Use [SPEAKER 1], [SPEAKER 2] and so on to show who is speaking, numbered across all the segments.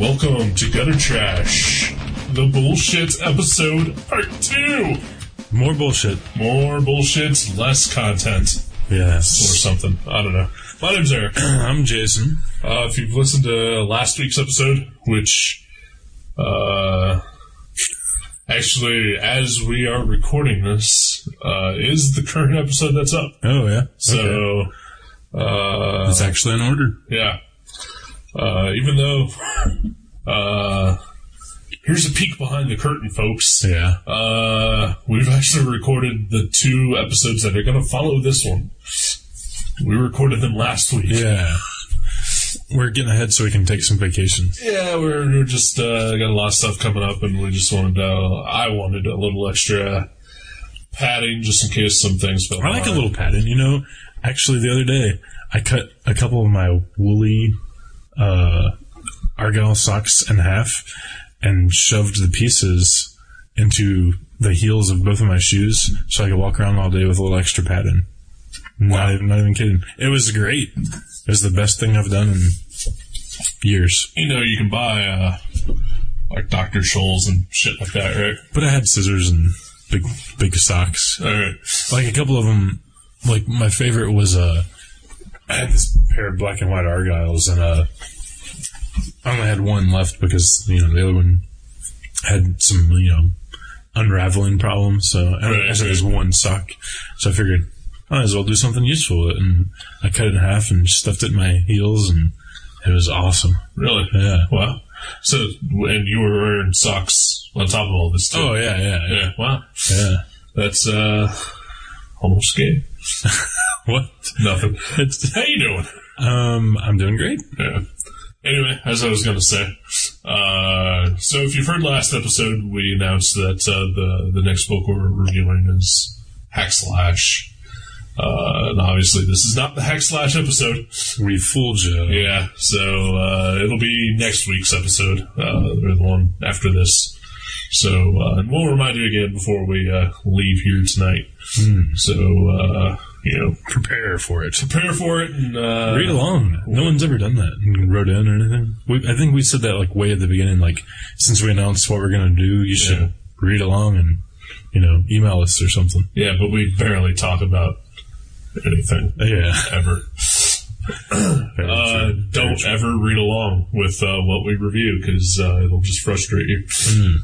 [SPEAKER 1] Welcome to Gutter Trash, the bullshit episode part two.
[SPEAKER 2] More bullshit.
[SPEAKER 1] More bullshit, less content, or
[SPEAKER 2] Yes.
[SPEAKER 1] something. I don't know. My name's Eric.
[SPEAKER 2] I'm Jason.
[SPEAKER 1] Uh, if you've listened to last week's episode, which uh, actually, as we are recording this, uh, is the current episode that's up.
[SPEAKER 2] Oh yeah.
[SPEAKER 1] So,
[SPEAKER 2] Okay.
[SPEAKER 1] uh,
[SPEAKER 2] it's actually in order.
[SPEAKER 1] yeah. Uh, even though, uh, here's a peek behind the curtain, folks.
[SPEAKER 2] Yeah.
[SPEAKER 1] Uh, we've actually recorded the two episodes that are going to follow this one. We recorded them last week.
[SPEAKER 2] Yeah. We're getting ahead so we can take some vacation.
[SPEAKER 1] Yeah, we're, we're just uh, got a lot of stuff coming up, and we just wanted uh, I wanted a little extra padding just in case some things fell.
[SPEAKER 2] I like a
[SPEAKER 1] behind.
[SPEAKER 2] little padding. You know, actually the other day I cut a couple of my woolly uh, argyle socks in half and shoved the pieces into the heels of both of my shoes so I could walk around all day with a little extra padding. Not even, not even kidding. It was great. It was the best thing I've done in years.
[SPEAKER 1] You know, you can buy uh, like Dr. Scholl's and shit like that, right?
[SPEAKER 2] But I had scissors and big big socks.
[SPEAKER 1] All right.
[SPEAKER 2] Like a couple of them. Like my favorite was uh, I had this pair of black and white argyles, and uh, I only had one left because you know the other one had some you know unraveling problems. So I only
[SPEAKER 1] Right.
[SPEAKER 2] actually there's one sock, so I figured I might as well do something useful with it, and I cut it in half and stuffed it in my heels, and it was awesome.
[SPEAKER 1] Really?
[SPEAKER 2] Yeah.
[SPEAKER 1] Wow. So, and you were wearing socks on top of all this, too.
[SPEAKER 2] Oh yeah, yeah, yeah.
[SPEAKER 1] yeah. Wow.
[SPEAKER 2] yeah.
[SPEAKER 1] That's uh, almost gay.
[SPEAKER 2] What?
[SPEAKER 1] Nothing.
[SPEAKER 2] It's,
[SPEAKER 1] How you doing?
[SPEAKER 2] um, I'm doing great.
[SPEAKER 1] Yeah. Anyway, as I was going to say, uh, so if you've heard last episode, we announced that uh, the the next book we're reviewing is Hack Slash. Uh, and obviously, this is not the Hack Slash episode.
[SPEAKER 2] We fooled you.
[SPEAKER 1] Yeah, so uh, it'll be next week's episode, uh, or the one after this. So, uh, and we'll remind you again before we uh, leave here tonight.
[SPEAKER 2] Hmm.
[SPEAKER 1] So, uh, you know,
[SPEAKER 2] prepare for it.
[SPEAKER 1] prepare for it and uh,
[SPEAKER 2] Read along. No one's ever done that and wrote in or anything. We, I think we said that like way at the beginning. Like since we announced what we're gonna do, you should
[SPEAKER 1] Yeah.
[SPEAKER 2] read along and you know email us or something.
[SPEAKER 1] Yeah, but we barely talk about anything
[SPEAKER 2] Yeah.
[SPEAKER 1] ever. Uh, don't ever read along with uh, what we review because uh, it'll just frustrate you.
[SPEAKER 2] Hmm.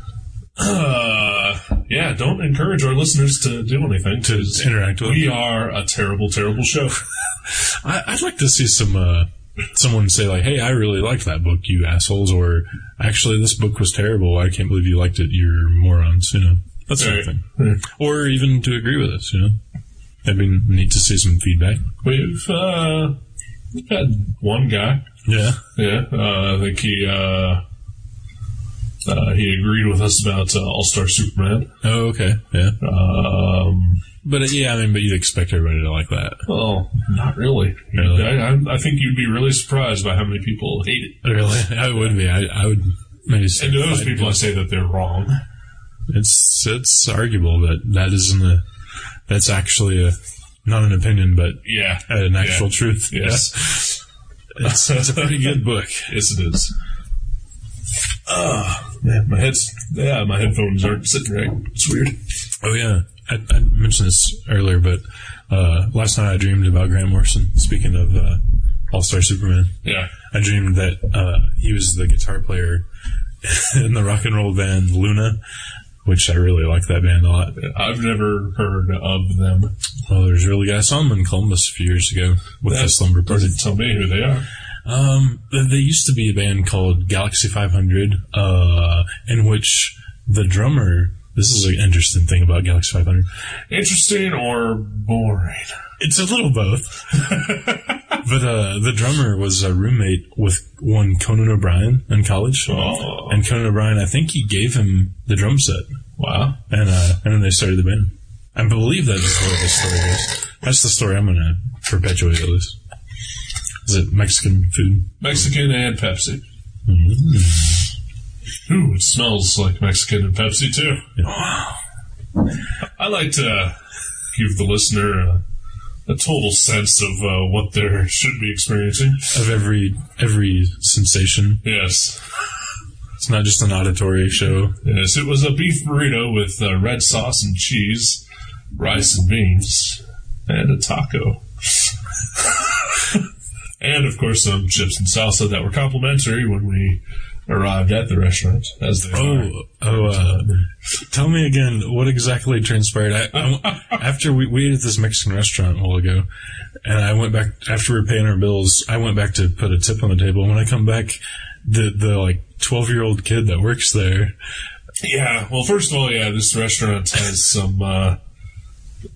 [SPEAKER 1] Uh, yeah, don't encourage our listeners to do anything. To
[SPEAKER 2] interact with
[SPEAKER 1] we are a terrible, terrible show.
[SPEAKER 2] I, I'd like to see some uh, someone say like, "Hey, I really liked that book, you assholes," or "Actually, this book was terrible. I can't believe you liked it. You're morons." You know, that sort of
[SPEAKER 1] Right.
[SPEAKER 2] thing. Or even to agree with us. You know, I mean, need to see some feedback.
[SPEAKER 1] We've uh, we've had one guy.
[SPEAKER 2] Yeah.
[SPEAKER 1] Yeah, uh, I think he uh, uh, he agreed with us about uh, All Star Superman.
[SPEAKER 2] Oh, okay. Yeah.
[SPEAKER 1] Um,
[SPEAKER 2] But uh, yeah, I mean, but you'd expect everybody to like that.
[SPEAKER 1] Well, not really.
[SPEAKER 2] Really?
[SPEAKER 1] I, I, I think you'd be really surprised by how many people hate it.
[SPEAKER 2] Really? I would be. I, I would maybe say
[SPEAKER 1] And to those
[SPEAKER 2] fight
[SPEAKER 1] people, I
[SPEAKER 2] against-
[SPEAKER 1] say that they're wrong.
[SPEAKER 2] It's it's arguable, but that isn't a. That's actually a not an opinion, but
[SPEAKER 1] Yeah.
[SPEAKER 2] an actual truth.
[SPEAKER 1] Yes.
[SPEAKER 2] Yeah. It's, it's a pretty good book.
[SPEAKER 1] Yes, it is. Ah, man, my head's yeah, my headphones aren't sitting right. It's weird.
[SPEAKER 2] Oh yeah, I, I mentioned this earlier, but uh, last night I dreamed about Grant Morrison. Speaking of uh, All Star Superman,
[SPEAKER 1] Yeah.
[SPEAKER 2] I dreamed that uh, he was the guitar player in the rock and roll band Luna, which I really like that band a lot.
[SPEAKER 1] I've never heard of them.
[SPEAKER 2] Well, Oh, there's really guy. I saw him in Columbus a few years ago with
[SPEAKER 1] That
[SPEAKER 2] the Slumber Party.
[SPEAKER 1] doesn't tell me who they are.
[SPEAKER 2] Um, th- they used to be a band called Galaxy 500, uh, in which the drummer. This is an interesting thing about Galaxy 500.
[SPEAKER 1] Interesting or boring?
[SPEAKER 2] It's a little both, but uh, the drummer was a roommate with one Conan O'Brien in college,
[SPEAKER 1] Oh.
[SPEAKER 2] and Conan O'Brien, I think he gave him the drum set.
[SPEAKER 1] Wow.
[SPEAKER 2] and uh, and then they started the band. I believe that is where the story goes. That's the story I'm going to perpetuate at least. Is it Mexican food?
[SPEAKER 1] Mexican and Pepsi. Hmm. Ooh, it smells like Mexican and Pepsi too.
[SPEAKER 2] Wow.
[SPEAKER 1] I like to give the listener a, a total sense of uh, what they should be experiencing.
[SPEAKER 2] Of every every sensation,
[SPEAKER 1] Yes.
[SPEAKER 2] It's not just an auditory show.
[SPEAKER 1] Yes, it was a beef burrito with uh, red sauce and cheese, rice and beans, and a taco. and of course, some chips and salsa that were complimentary when we arrived at the restaurant. As they are.
[SPEAKER 2] Oh, oh! Uh, tell me again what exactly transpired. I, I- after we, we ate at this Mexican restaurant a while ago, and I went back after we were paying our bills. I went back to put a tip on the table. And when I come back, the the like twelve year old kid that works there.
[SPEAKER 1] Yeah. Well, first of all, yeah, this restaurant has some uh,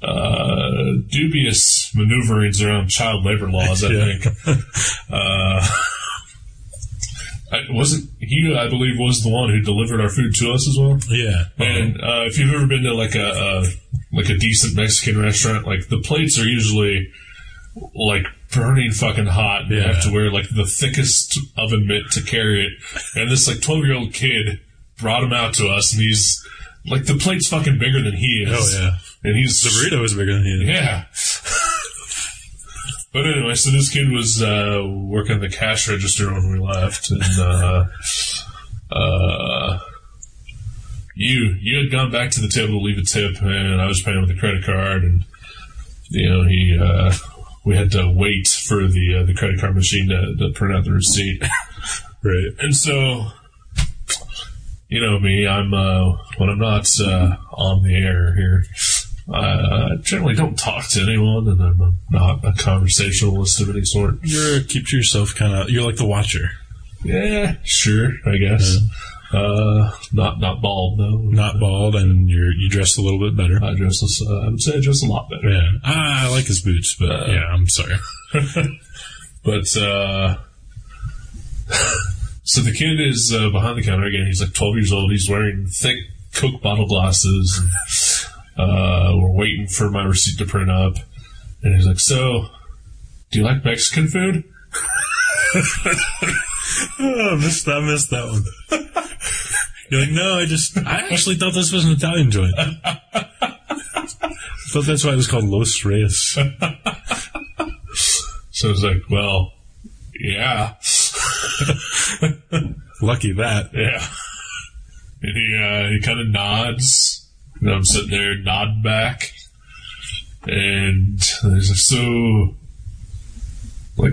[SPEAKER 1] uh, dubious maneuverings around child labor laws. I
[SPEAKER 2] Yeah.
[SPEAKER 1] think. Uh, I wasn't he? I believe was the one who delivered our food to us as well.
[SPEAKER 2] Yeah,
[SPEAKER 1] And uh, if you've ever been to like a, a like a decent Mexican restaurant, like the plates are usually like burning fucking hot. and You
[SPEAKER 2] Yeah.
[SPEAKER 1] have to wear like the thickest oven mitt to carry it. And this like twelve year old kid brought him out to us, and he's like the plate's fucking bigger than he is.
[SPEAKER 2] Oh, yeah.
[SPEAKER 1] and he's
[SPEAKER 2] the burrito was bigger than you.
[SPEAKER 1] yeah. But anyway, so this kid was uh, working the cash register when we left, and uh, uh, you you had gone back to the table to leave a tip, and I was paying with a credit card, and you know he uh, we had to wait for the uh, the credit card machine to, to print out the receipt,
[SPEAKER 2] Right.
[SPEAKER 1] and so you know me i'm uh, when i'm not uh, on the air here I, I generally don't talk to anyone and i'm not a conversationalist of any sort
[SPEAKER 2] You're a keep to yourself kind of. You're like the watcher,
[SPEAKER 1] yeah sure i guess uh, not not bald though
[SPEAKER 2] not bald, and you're you dress a little bit better.
[SPEAKER 1] i dress less- uh, i would say i dress a lot better
[SPEAKER 2] Yeah, Ah, I, I like his boots, but
[SPEAKER 1] Uh,
[SPEAKER 2] yeah, I'm sorry.
[SPEAKER 1] But uh, so the kid is uh, behind the counter again. He's like 12 years old. He's wearing thick Coke bottle glasses. uh, we're waiting for my receipt to print up, and he's like, "So, do you like Mexican food?"
[SPEAKER 2] Oh, I missed, I missed that one. You're like, no, I just, I actually thought this was an Italian joint. I thought that's why it was called Los Reyes.
[SPEAKER 1] So I was like, "Well, yeah,
[SPEAKER 2] Lucky that.
[SPEAKER 1] yeah." And he uh, he kind of nods, and I'm sitting there nodding back, and he's like, "So, like,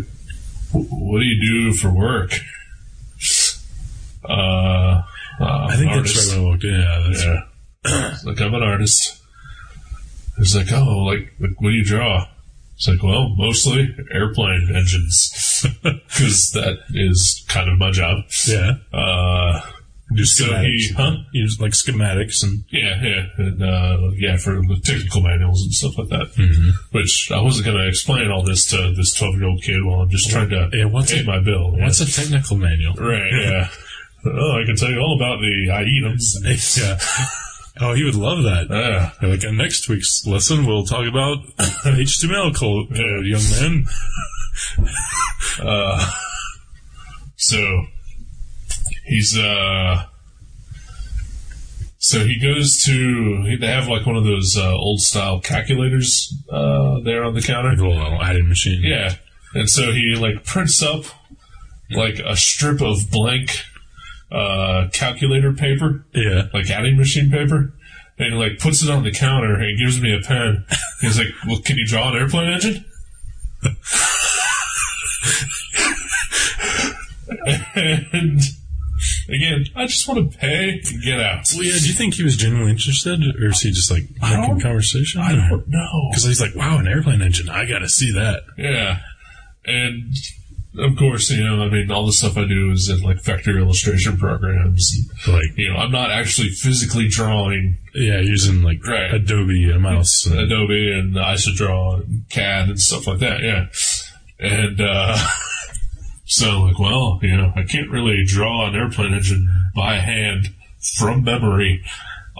[SPEAKER 1] wh- what do you do for work?" Uh, uh,
[SPEAKER 2] I think
[SPEAKER 1] artist.
[SPEAKER 2] that's right when I walked in. Yeah, that's
[SPEAKER 1] Yeah. It's like, I'm an artist. It's like, oh, like, like, what do you draw? It's like, well, mostly airplane engines. Because that is kind of my job.
[SPEAKER 2] yeah.
[SPEAKER 1] Uh,
[SPEAKER 2] Do
[SPEAKER 1] so he,
[SPEAKER 2] schematics.
[SPEAKER 1] huh?
[SPEAKER 2] Use like schematics and
[SPEAKER 1] Yeah, yeah. And, uh, yeah, for the technical manuals and stuff like that. Which I wasn't going to explain all this to this 12 year old kid while I'm just trying to
[SPEAKER 2] Yeah, what's
[SPEAKER 1] pay
[SPEAKER 2] it-
[SPEAKER 1] my bill. Yeah.
[SPEAKER 2] what's a technical manual?
[SPEAKER 1] right, yeah. Oh, I can tell you all about the IEMs.
[SPEAKER 2] Yeah. Oh, he would love that.
[SPEAKER 1] Yeah.
[SPEAKER 2] Like on next week's lesson, we'll talk about HTML code, uh, young man.
[SPEAKER 1] So he's uh so he goes to they have like one of those uh, old style calculators uh there on the counter.
[SPEAKER 2] Like a little added machine.
[SPEAKER 1] Yeah. And so he like prints up like a strip of blank uh calculator paper,
[SPEAKER 2] Yeah.
[SPEAKER 1] like adding machine paper. And he like puts it on the counter and gives me a pen. He's like, "Well, can you draw an airplane engine?" and again, I just want to pay and get out.
[SPEAKER 2] Well, yeah. Do you think he was genuinely interested, or is he just like making
[SPEAKER 1] don't-
[SPEAKER 2] conversation?
[SPEAKER 1] I don't know.
[SPEAKER 2] Because he's like, "Wow, an airplane engine! I gotta see that."
[SPEAKER 1] Yeah. And of course, you know, I mean, all the stuff I do is in like vector illustration programs.
[SPEAKER 2] Like,
[SPEAKER 1] You know, I'm not actually physically drawing
[SPEAKER 2] yeah, using like
[SPEAKER 1] Right.
[SPEAKER 2] Adobe and a mouse. And,
[SPEAKER 1] Adobe and IsoDraw and CAD and stuff like that. Yeah. And, uh, so like, well, you know, I can't really draw an airplane engine by hand from memory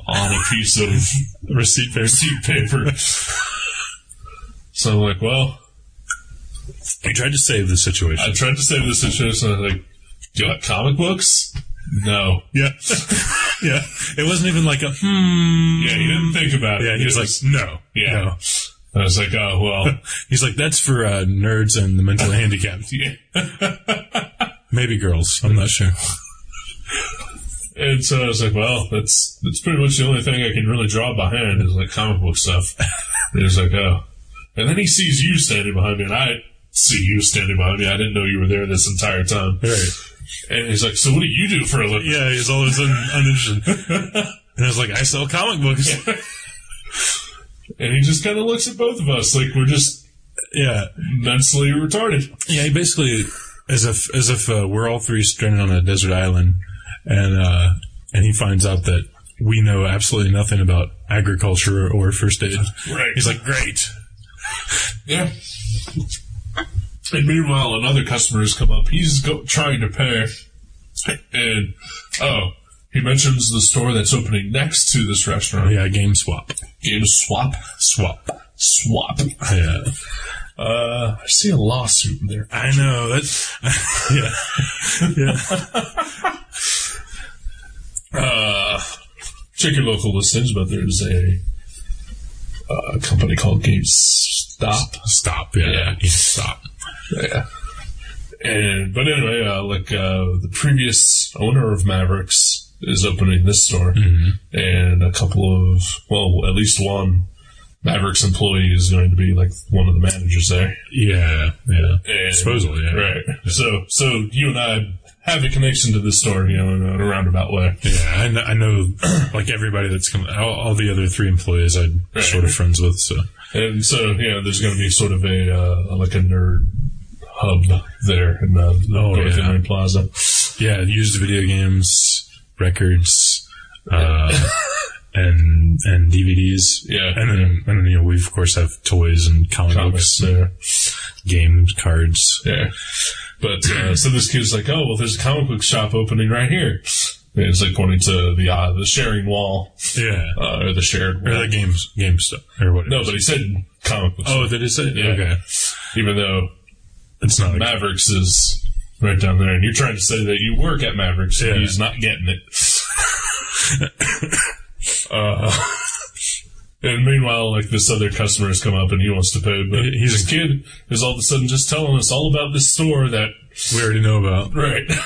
[SPEAKER 1] on a piece of
[SPEAKER 2] receipt paper.
[SPEAKER 1] receipt paper. So I'm like, well,
[SPEAKER 2] He tried to save the situation.
[SPEAKER 1] I tried to save this situation. I was like, do you like comic books? No.
[SPEAKER 2] yeah, yeah. It wasn't even like a hmm.
[SPEAKER 1] Yeah, he didn't think about it.
[SPEAKER 2] Yeah, he was
[SPEAKER 1] It
[SPEAKER 2] like, "No,
[SPEAKER 1] yeah.
[SPEAKER 2] no."
[SPEAKER 1] I was like, oh, well,
[SPEAKER 2] He's like, "That's for uh, nerds and the mentally handicapped,
[SPEAKER 1] yeah.
[SPEAKER 2] maybe girls. I'm not sure."
[SPEAKER 1] And so I was like, well, that's that's pretty much the only thing I can really draw by hand is like comic book stuff. and he was like, oh. And then he sees you standing behind me, and I see you standing behind me. I didn't know you were there this entire time.
[SPEAKER 2] Right.
[SPEAKER 1] And he's like, so what do you do for a living?
[SPEAKER 2] Yeah, he's all of a sudden uninterested. and I was like, I sell comic books. Yeah.
[SPEAKER 1] And he just kind of looks at both of us like we're just
[SPEAKER 2] yeah.
[SPEAKER 1] mentally retarded.
[SPEAKER 2] Yeah, he basically as if as if uh, we're all three stranded on a desert island, and uh, and he finds out that we know absolutely nothing about agriculture or first aid.
[SPEAKER 1] Right.
[SPEAKER 2] He's like, great.
[SPEAKER 1] Yeah. And meanwhile, another customer has come up. He's go- trying to pay, and oh, he mentions the store that's opening next to this restaurant.
[SPEAKER 2] Yeah, game swap.
[SPEAKER 1] Game swap,
[SPEAKER 2] Swap.
[SPEAKER 1] swap.
[SPEAKER 2] Yeah.
[SPEAKER 1] Uh, I see a lawsuit in there.
[SPEAKER 2] I know that's yeah yeah
[SPEAKER 1] Uh, check your local listings, but there's a uh, company called Game Stop.
[SPEAKER 2] stop yeah,
[SPEAKER 1] Yeah.
[SPEAKER 2] you stop
[SPEAKER 1] Yeah. And but anyway, uh, like uh, the previous owner of Mavericks is opening this store,
[SPEAKER 2] Mm-hmm.
[SPEAKER 1] and a couple of well, at least one Mavericks employee is going to be like one of the managers there.
[SPEAKER 2] yeah yeah
[SPEAKER 1] And,
[SPEAKER 2] Supposedly, yeah.
[SPEAKER 1] right? So, so you and I have a connection to this store, you know, in a roundabout way.
[SPEAKER 2] yeah I know, I know like everybody that's come all, all the other three employees I'm
[SPEAKER 1] Right.
[SPEAKER 2] sort of friends with so
[SPEAKER 1] And so, you know, there's going to be sort of a uh, like a nerd hub there in the, the
[SPEAKER 2] Oh,
[SPEAKER 1] North
[SPEAKER 2] yeah.
[SPEAKER 1] Henry Plaza.
[SPEAKER 2] yeah used video games records uh, and and DVDs
[SPEAKER 1] Yeah.
[SPEAKER 2] and then and then you know we of course have toys and comic
[SPEAKER 1] Comics
[SPEAKER 2] books
[SPEAKER 1] there.
[SPEAKER 2] game cards
[SPEAKER 1] Yeah. But uh, so this kid's like, oh well, there's a comic book shop opening right here. And it's like pointing to the uh, the sharing wall
[SPEAKER 2] yeah
[SPEAKER 1] uh, or the shared
[SPEAKER 2] or
[SPEAKER 1] wall.
[SPEAKER 2] the games game stuff or whatever
[SPEAKER 1] no, but he said comic book.
[SPEAKER 2] oh
[SPEAKER 1] shop,
[SPEAKER 2] did it say
[SPEAKER 1] Yeah.
[SPEAKER 2] okay
[SPEAKER 1] even though
[SPEAKER 2] it's not a
[SPEAKER 1] Mavericks is right down there, and you're trying to say that you work at Mavericks, and
[SPEAKER 2] Yeah.
[SPEAKER 1] he's not getting it. uh, and meanwhile, like this other customer has come up and he wants to pay, but
[SPEAKER 2] He- he's-
[SPEAKER 1] his kid is all of a sudden just telling us all about this store that
[SPEAKER 2] we already know about.
[SPEAKER 1] Right.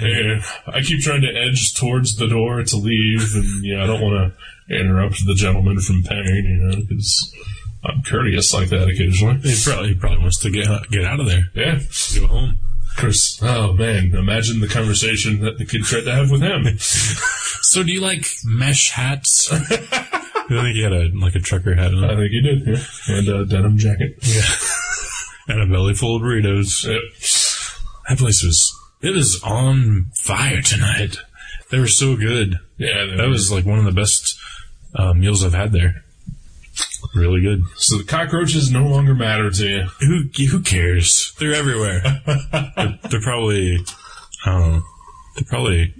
[SPEAKER 1] And I keep trying to edge towards the door to leave, and yeah, I don't want to interrupt the gentleman from paying, you know, because I'm courteous like that occasionally.
[SPEAKER 2] He probably, he probably wants to get get out of there.
[SPEAKER 1] Yeah,
[SPEAKER 2] Go home.
[SPEAKER 1] of course. Oh man, imagine the conversation that the kid tried to have with him.
[SPEAKER 2] So, do you like mesh hats? I think he had a like a trucker hat
[SPEAKER 1] I
[SPEAKER 2] on
[SPEAKER 1] think he did, yeah. And a denim jacket.
[SPEAKER 2] and a belly full of burritos.
[SPEAKER 1] Yep.
[SPEAKER 2] That place was it is on fire tonight. They were so good.
[SPEAKER 1] Yeah, they
[SPEAKER 2] That
[SPEAKER 1] were-
[SPEAKER 2] was like one of the best uh, meals I've had there. Really good.
[SPEAKER 1] so the cockroaches no longer matter to you.
[SPEAKER 2] Who who cares? They're everywhere. they're, they're probably, um, they're probably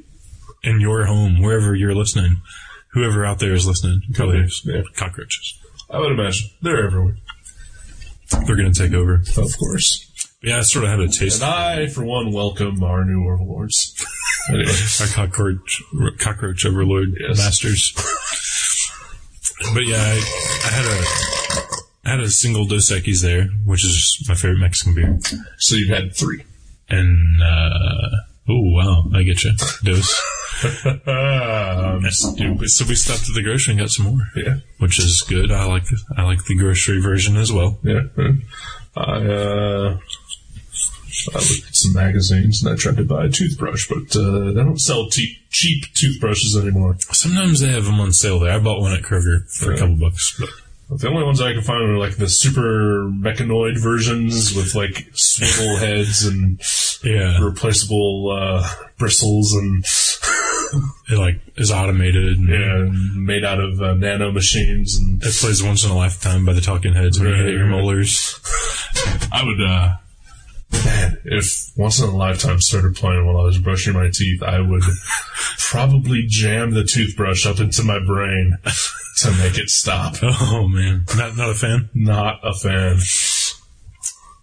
[SPEAKER 2] in your home, wherever you're listening. Whoever out there is listening, probably
[SPEAKER 1] Yeah.
[SPEAKER 2] cockroaches.
[SPEAKER 1] I would imagine they're everywhere,
[SPEAKER 2] They're gonna take over.
[SPEAKER 1] of course.
[SPEAKER 2] Yeah, I sort of had a taste.
[SPEAKER 1] And I, for one, welcome our new overlords. anyway.
[SPEAKER 2] Our cockroach, cockroach overlord
[SPEAKER 1] Yes.
[SPEAKER 2] masters. but yeah, I, I had a. I had a single Dos Equis there, which is my favorite Mexican beer.
[SPEAKER 1] So you've had three.
[SPEAKER 2] And, uh, oh wow, I get you. Dos.
[SPEAKER 1] Um,
[SPEAKER 2] So we stopped at the grocery and got some more,
[SPEAKER 1] yeah,
[SPEAKER 2] which is good. I like I like the grocery version as well.
[SPEAKER 1] yeah. yeah. I, uh, I looked at some magazines and I tried to buy a toothbrush, but uh, they don't sell te- cheap toothbrushes anymore.
[SPEAKER 2] Sometimes they have them on sale there. I bought one at Kroger for a
[SPEAKER 1] Yeah.
[SPEAKER 2] couple bucks. But
[SPEAKER 1] The only ones I can find are like the super mechanoid versions with like swivel heads and
[SPEAKER 2] yeah,
[SPEAKER 1] replaceable uh, bristles and
[SPEAKER 2] it like is automated. And
[SPEAKER 1] yeah, made out of uh, nano machines. And
[SPEAKER 2] It plays once in a lifetime by the Talking Heads when you hit
[SPEAKER 1] Right.
[SPEAKER 2] your molars.
[SPEAKER 1] I would, uh, man, if once in a lifetime started playing while I was brushing my teeth, I would probably jam the toothbrush up into my brain to make it stop.
[SPEAKER 2] Oh man, not not a fan.
[SPEAKER 1] Not a fan.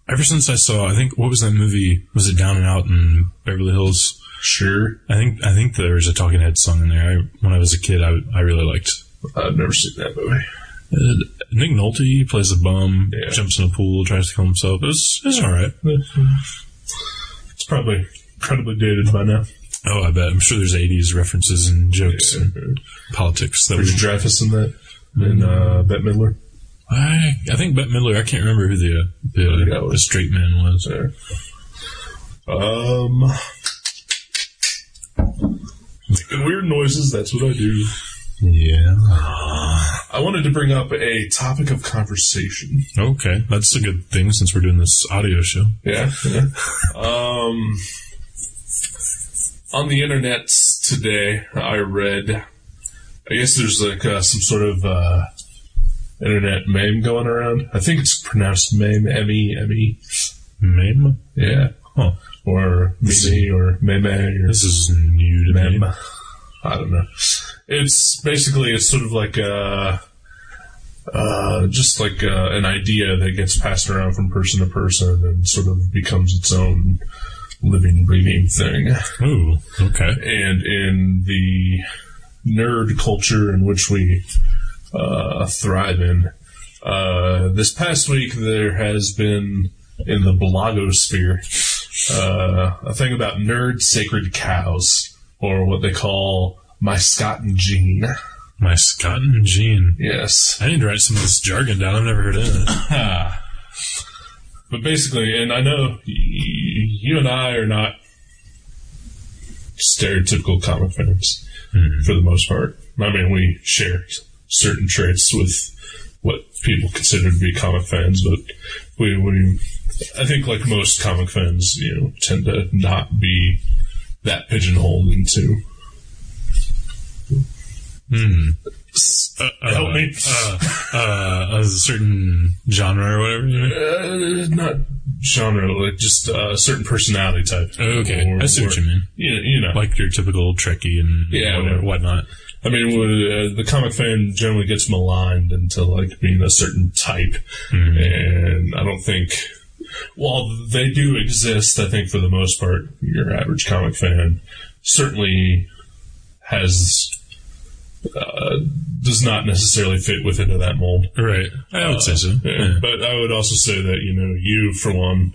[SPEAKER 2] Ever since I saw, I think what was that movie? Was it Down and Out in Beverly Hills?
[SPEAKER 1] Sure.
[SPEAKER 2] I think I think there was a Talking Heads song in there. I, when I was a kid, I I really liked.
[SPEAKER 1] I've never seen that movie.
[SPEAKER 2] Uh, Nick Nolte plays a bum,
[SPEAKER 1] Yeah.
[SPEAKER 2] jumps in a pool, tries to kill himself. It was, it was all right.
[SPEAKER 1] It's probably incredibly dated by now.
[SPEAKER 2] Oh, I bet. I'm sure there's 80s references and jokes and politics that we.
[SPEAKER 1] Richard Dreyfuss in that, and uh, Bette Midler.
[SPEAKER 2] I, I think Bette Midler. I can't remember who the uh,
[SPEAKER 1] Oh,
[SPEAKER 2] the,
[SPEAKER 1] yeah, it
[SPEAKER 2] the
[SPEAKER 1] was-
[SPEAKER 2] straight man was.
[SPEAKER 1] There. Um, making weird noises. That's what I do.
[SPEAKER 2] Yeah.
[SPEAKER 1] I wanted to bring up a topic of conversation.
[SPEAKER 2] Okay, that's a good thing since we're doing this audio show.
[SPEAKER 1] Yeah. yeah. um, on the internet today, I read. I guess there's like uh, some sort of uh, internet meme going around. I think it's pronounced meme, M E M E.
[SPEAKER 2] Meme.
[SPEAKER 1] Yeah.
[SPEAKER 2] Huh.
[SPEAKER 1] Or meme or meme or
[SPEAKER 2] This is new to
[SPEAKER 1] meme.
[SPEAKER 2] me.
[SPEAKER 1] I don't know. It's basically it's sort of like a. Uh, just like uh, an idea that gets passed around from person to person and sort of becomes its own living, breathing thing.
[SPEAKER 2] Ooh. Okay.
[SPEAKER 1] And in the nerd culture in which we uh, thrive in, uh, this past week there has been in the blogosphere uh, a thing about nerd sacred cows, or what they call my Scott and Jean.
[SPEAKER 2] My Scott and Jean.
[SPEAKER 1] Yes.
[SPEAKER 2] I need to write some of this jargon down. I've never heard of it.
[SPEAKER 1] Ah. But basically, and I know y- you and I are not stereotypical comic fans
[SPEAKER 2] Mm-hmm.
[SPEAKER 1] for the most part. I mean, we share certain traits with what people consider to be comic fans, but we, we, I think, like most comic fans, you know, tend to not be that pigeonholed into. S-
[SPEAKER 2] Uh,
[SPEAKER 1] Help me.
[SPEAKER 2] Uh, uh, a certain genre or whatever. you mean?
[SPEAKER 1] Uh, not genre, like just uh, certain personality type.
[SPEAKER 2] Okay, I see what you mean.
[SPEAKER 1] You know, you know.
[SPEAKER 2] Like your typical Trekkie and
[SPEAKER 1] Yeah,
[SPEAKER 2] whatever,
[SPEAKER 1] well-
[SPEAKER 2] whatnot.
[SPEAKER 1] I mean, when, uh, the comic fan generally gets maligned into like being a certain type, Mm-hmm. and I don't think, while they do exist, I think for the most part, your average comic fan certainly has uh, does not necessarily fit within that mold.
[SPEAKER 2] Right. I would say so.
[SPEAKER 1] Yeah,
[SPEAKER 2] Yeah.
[SPEAKER 1] But I would also say that you know you, for one,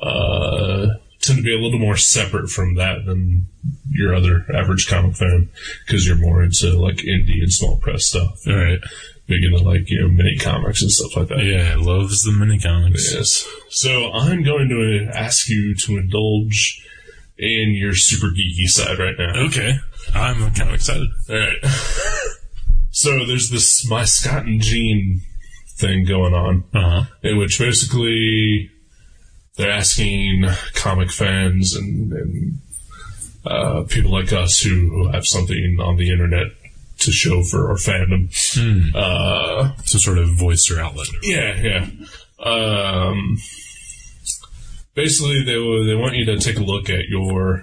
[SPEAKER 1] uh, tend to be a little more separate from that than your other average comic fan because you're more into like indie and small press stuff,
[SPEAKER 2] All right.
[SPEAKER 1] big into like you know mini comics and stuff like that.
[SPEAKER 2] Yeah, loves the mini comics.
[SPEAKER 1] Yes. So I'm going to ask you to indulge in your super geeky side right now.
[SPEAKER 2] Okay. I'm kind of excited.
[SPEAKER 1] All right. so there's this my Scott and Jean thing going on.
[SPEAKER 2] Uh huh.
[SPEAKER 1] in which basically they're asking comic fans and, and uh, people like us who, who have something on the internet to show for our fandom. Uh,
[SPEAKER 2] Hmm. Some sort of voice or outlet.
[SPEAKER 1] yeah, yeah. Um, basically, they wa- they want you to take a look at your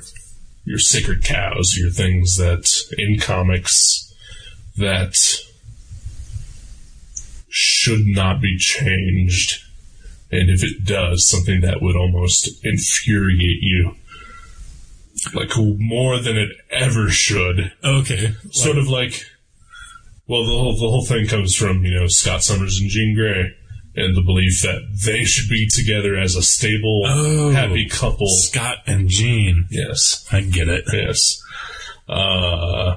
[SPEAKER 1] your sacred cows, your things that in comics that should not be changed, and if it does, something that would almost infuriate you, like more than it ever should
[SPEAKER 2] Okay.
[SPEAKER 1] sort of like well the whole the whole thing comes from you know Scott Summers and Jean Grey and the belief that they should be together as a stable
[SPEAKER 2] Oh.
[SPEAKER 1] happy couple
[SPEAKER 2] Scott and Jean.
[SPEAKER 1] yes
[SPEAKER 2] I get it.
[SPEAKER 1] yes uh